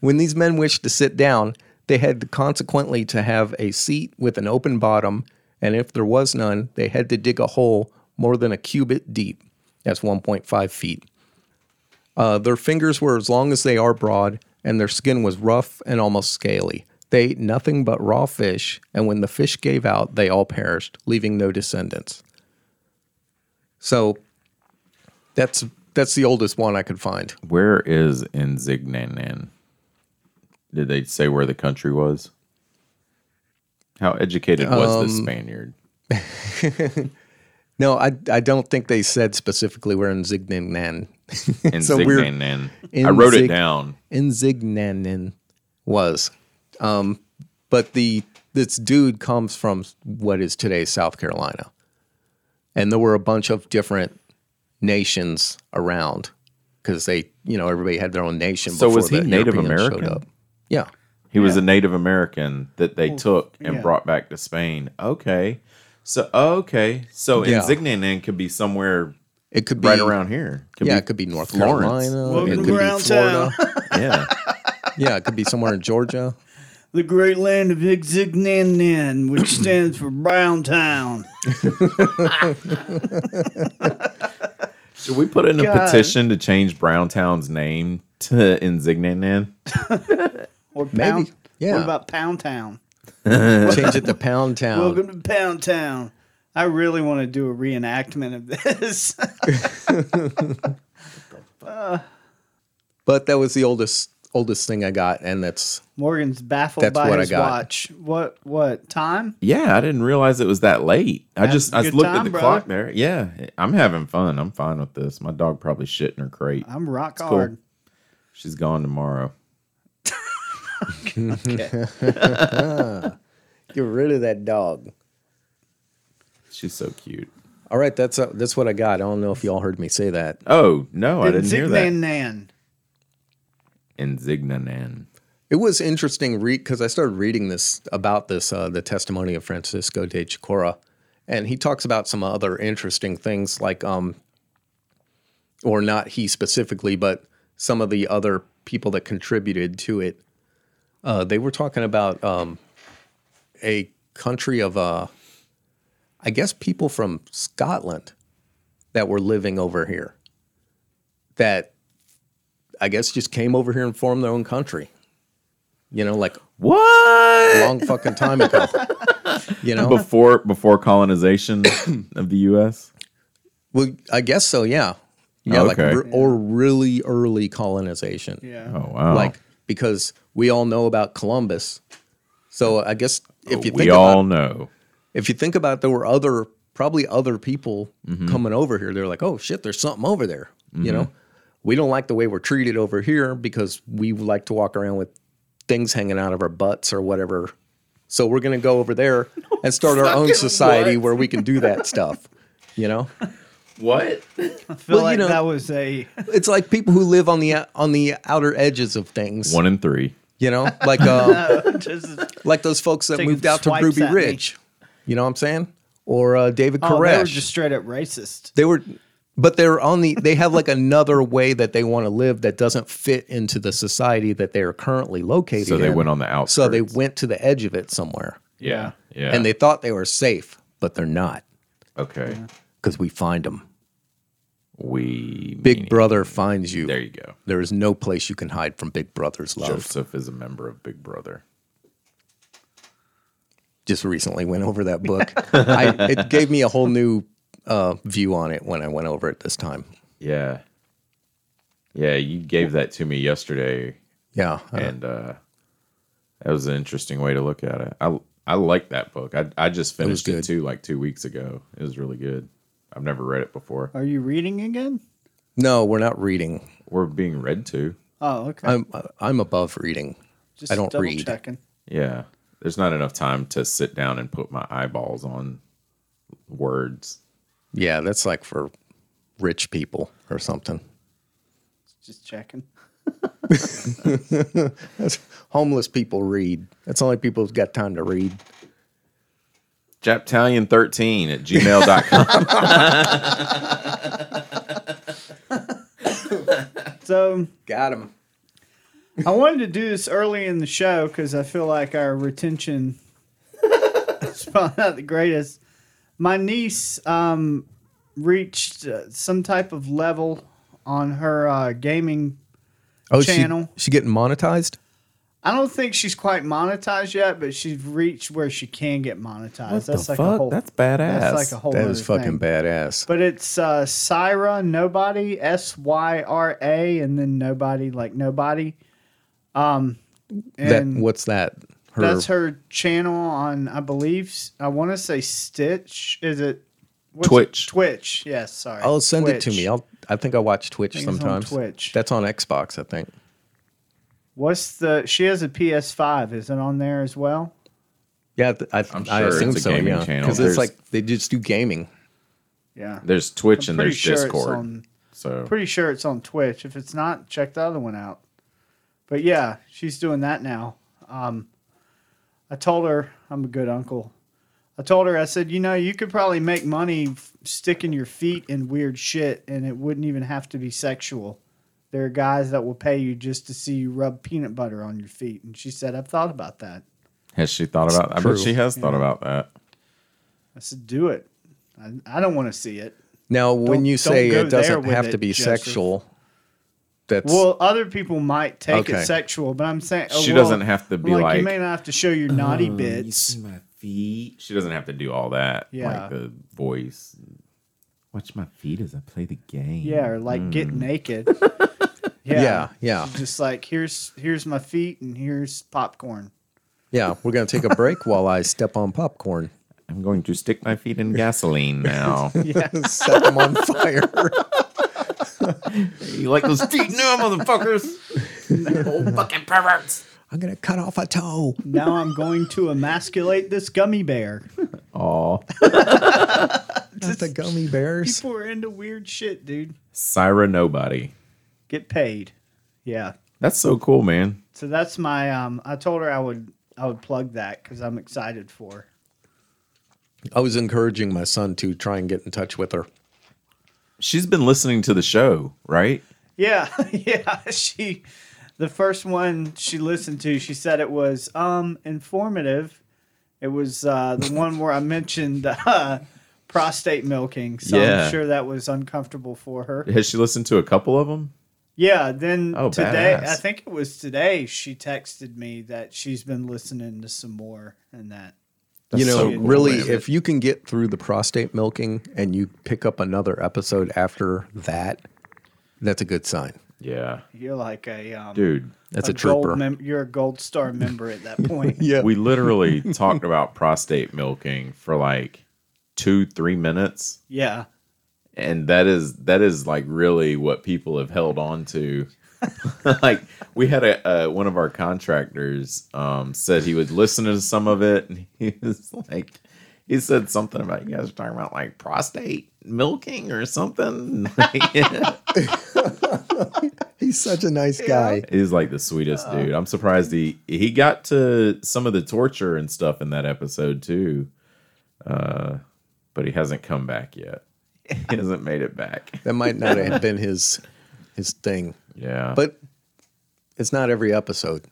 When these men wished to sit down, they had consequently to have a seat with an open bottom, and if there was none, they had to dig a hole more than a cubit deep. That's 1.5 feet. Uh, their fingers were as long as they are broad, and their skin was rough and almost scaly. They ate nothing but raw fish, and when the fish gave out, they all perished, leaving no descendants. So that's that's the oldest one I could find.
Where is Insignanan? Did they say where the country was? How educated was
Um,
this Spaniard?
No, I I don't think they said specifically where Insignan so we're-
Insignanan. I wrote it
Inzig-
down.
Insignanin was. Um, but the this dude comes from what is today South Carolina. And there were a bunch of different nations around because they, you know, everybody had their own nation.
So was
before
he
the
Native
Europeans showed
American?
up. Yeah.
He was a Native American that they took and
yeah.
brought back to Spain. Okay. So okay. So
Yeah.
Insignanan could be somewhere
It could be
right around here. Could
yeah,
be
it could be North
Florence.
Carolina.
Welcome
it
to
could be
Brown
Florida.
Yeah.
yeah, it could be somewhere in Georgia.
The great land of Igzignanan, which stands for Brown Town.
Should we put in a
God.
petition to change Browntown's name to Insignanan?
Or Pound.
yeah.
What about Pound Town?
Change it to Pound Town.
Welcome to Pound Town. I really want to do a reenactment of this.
But that was the oldest oldest thing I got, and that's
Morgan's baffled
That's
by
what I
his
got.
watch. What what time?
Yeah, I didn't realize it was that late. I
That's
just
a
I
good
looked
time,
at the
brother.
clock there. Yeah, I'm having fun. I'm fine with this. My dog probably shit in her crate.
I'm rock
cool.
hard.
She's gone tomorrow.
get rid of that dog.
She's so cute.
All right, that's uh, that's what I got. I don't know if y'all heard me say that.
Oh no, I didn't hear that.
Igzignanan.
Insignanan.
It was interesting read because I started reading this about this uh, the testimony of Francisco de Chicora, and he talks about some other interesting things like um, or not he specifically, but some of the other people that contributed to it. Uh, they were talking about um, a country of, uh, I guess, people from Scotland that were living over here that I guess just came over here and formed their own country. You know, like
What?
a long fucking time ago. You know,
Before before colonization of the U.S.
well, I guess so. Yeah, yeah,
Okay.
like re- or really early colonization.
Yeah.
Oh wow!
like because we all know about Columbus. So I guess if you
we
think
all
about,
know.
if you think about it, there were other probably other people
Mm-hmm.
coming over here. They're like, oh shit, there's something over there. You know, we don't like the way we're treated over here because we like to walk around with things hanging out of our butts or whatever. So we're gonna go over there and start our own society where we can do that stuff. You know,
What?
I feel
Well, you
like
know-
that was a
it's like people who live on the on the outer edges of things.
One in three.
You know, like um,
just as-
like those folks that
Taking
moved out to
swipes
Ruby
at me.
Ridge. You know what I'm saying? Or uh, David
oh,
Koresh.
they were just straight up racist.
but they're on the. They have like another way that they want to live that doesn't fit into the society that they are currently located.
So they
in.
went on the outskirts.
So they went to the edge of it somewhere,
Yeah. Yeah.
and they thought they were safe, but they're not
okay.
because we find them.
We
Big Brother finds you.
There you go.
There is no place you can hide from Big Brother's love.
Joseph is a member of Big Brother.
just recently went over that book. I, it gave me a whole new uh, view on it when I went over it this time.
Yeah. Yeah, you gave that to me yesterday,
Yeah, I
and uh, that was an interesting way to look at it. I I like that book. I I just
was
finished it,
good.
too, like two weeks ago. It was really good. I've never read it before.
Are you reading again?
No, we're not reading.
We're being read to.
Oh, okay.
I'm I'm above reading.
just
I don't
double
read.
checking.
Yeah, there's not enough time to sit down and put my eyeballs on words.
Yeah, that's like for rich people or something.
Just checking.
That's, homeless people read. That's only people who've got time to read.
Japtalion13 at gmail.com.
So
Got them.
I wanted to do this early in the show because I feel like our retention is probably not the greatest. My niece um, reached uh, some type of level on her uh, gaming.
Oh,
Channel.
She, she getting monetized?
I don't think she's quite monetized yet, but she's reached where she can get monetized. that's like a whole.
That's badass.
that's like a whole.
That
nother
is
thing.
fucking badass.
But it's uh, Syra Nobody S Y R A and then Nobody like Nobody. Um,
That,
and
what's that? Her,
That's her channel on, I believe, s- I want to say Stitch. Is it what's-
Twitch.
Twitch. Yes. Sorry.
Oh, send it to
Twitch.
me. I'll. I think I watch Twitch
think it's on
sometimes.
Twitch.
That's on Xbox, I think.
What's the? She has a PS5. Is it on there as well?
Yeah, th- I,
I'm
I
sure it's
assume
a
so.
gaming
Yeah,
channel.
because
There's-
it's like they just do gaming.
Yeah.
There's Twitch
I'm
and
pretty
there's
sure it's
Discord.
on-
so
Pretty sure it's on Twitch. If it's not, check the other one out. But yeah, she's doing that now. Um, I told her I'm a good uncle. I told her I said, you know, you could probably make money f- sticking your feet in weird shit, and it wouldn't even have to be sexual. There are guys that will pay you just to see you rub peanut butter on your feet. And she said, I've thought about that.
has she thought about? I bet
True.
she has thought about that.
I said, do it. I, I don't want to see it.
Now, when
Don't-
you
don't
say
go
it
there
doesn't
with
have
it,
to be
Joseph.
sexual, that's
Well, other people might take
Okay.
it sexual, but I'm saying oh,
She
well,
doesn't have to be
like,
like-
you may not have to show your naughty bits.
my feet. She doesn't have to do all that.
Yeah.
Like the voice. Watch my feet as I play the game.
Yeah, or like get
Hmm.
naked. Yeah,
yeah, yeah,
She's Just like here's here's my feet and here's popcorn.
yeah. We're gonna take a break while I step on popcorn,
I'm going to stick my feet in gasoline now.
set them on fire.
you like those feet now, motherfuckers?
Old fucking perverts.
I'm gonna cut off a toe.
Now I'm going to emasculate this gummy bear.
Aw.
Not the gummy bears.
People are into weird shit, dude.
Syra Nobody.
Get paid. Yeah.
That's so cool, man.
So that's my um. I told her I would I would plug that because I'm excited for. her.
I was encouraging my son to try and get in touch with her.
She's been listening to the show, right?
Yeah, yeah. She the first one she listened to, she said it was um informative. It was uh, the one where I mentioned uh, prostate milking, so
Yeah.
I'm sure that was uncomfortable for her.
Has she listened to a couple of them?
Yeah. Then
Oh,
today,
badass.
I think it was today, she texted me that she's been listening to some more and that.
That's
you know,
so
cool,
really,
man.
if you can get through the prostate milking and you pick up another episode after that, that's a good sign.
Yeah,
You're like a um,
dude.
That's a,
gold
trooper.
mem- you're a gold star member at that point.
yeah.
We literally talked about prostate milking for like two, three minutes,
Yeah.
and that is that is like really what people have held on to. like we had a uh, one of our contractors um, said he would listen to some of it, and he was like, he said something about you guys are talking about like prostate milking or something.
He's such a nice guy.
He's like the sweetest dude. I'm surprised he he got to some of the torture and stuff in that episode too, uh, but he hasn't come back yet. He hasn't made it back.
That might not have been his his thing,
Yeah,
but it's not every episode.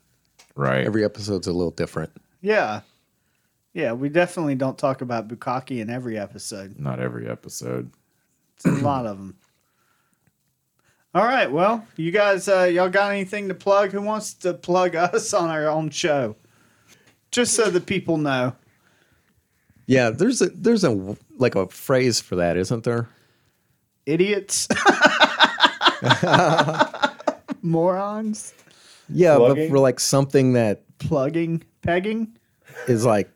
right.
Every episode's a little different.
Yeah. Yeah, we definitely don't talk about Bukaki in every episode.
Not every episode.
It's a lot of them. All right, well, you guys, uh, y'all got anything to plug? Who wants to plug us on our own show? Just so the people know.
Yeah, there's a there's a like a phrase for that, isn't there?
Idiots. Morons.
Yeah,
Plugging?
but for like something that
Plugging. Pegging.
is like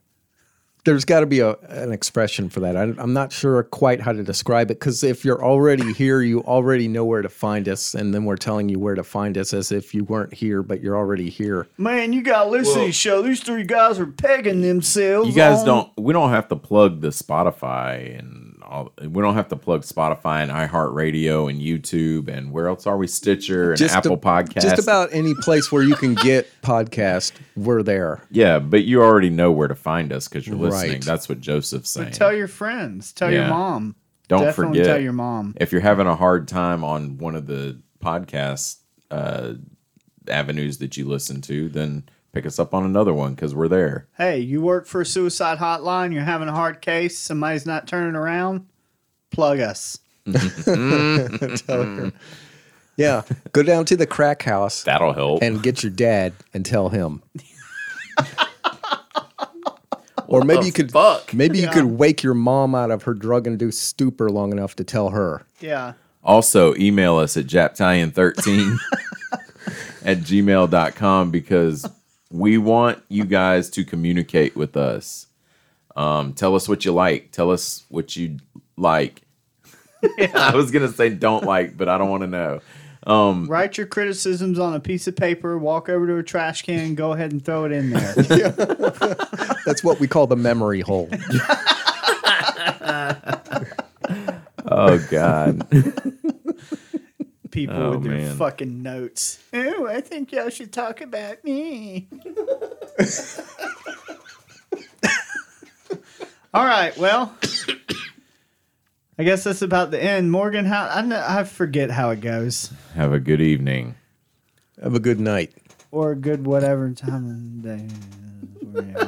there's got to be a, an expression for that. I, I'm not sure quite how to describe it because if you're already here, you already know where to find us, and then we're telling you where to find us as if you weren't here, but you're already here.
Man, you gotta listen to
Well-
this show. These three guys are pegging themselves.
You guys
on-
don't. We don't have to plug the Spotify and all. We don't have to plug Spotify and iHeartRadio and YouTube and where else are we? Stitcher and Apple
a-
Podcasts.
Just about any place where you can get podcast, we're there.
Yeah, but you already know where to find us because you're listening.
Right.
That's what Joseph's saying.
Tell your friends. Tell your
Yeah.
mom.
Don't
definitely
forget.
tell your mom.
if you're having a hard time on one of the podcast uh, avenues that you listen to, then pick us up on another one because we're there.
Hey, you work for a suicide hotline, you're having a hard case, somebody's not turning around, plug us.
Yeah, go down to the crack house
That'll help.
and get your dad and tell him. or maybe you could
fuck?
maybe you
Yeah.
could wake your mom out of her drug-induced stupor long enough to tell her.
Yeah.
also, email us at japtalion13 at gmail.com because we want you guys to communicate with us. Um, tell us what you like. Tell us what you like. I was going to say don't like, but I don't want to know.
Write your criticisms on a piece of paper, walk over to a trash can, go ahead and throw it in there.
That's what we call the memory hole.
Oh, God.
People
Oh,
with their
man.
fucking notes. Oh, I think y'all should talk about me. All right, well, I guess that's about the end. Morgan, how I, know, I forget how it goes.
Have a good evening.
Have a good night.
or a good whatever time of day.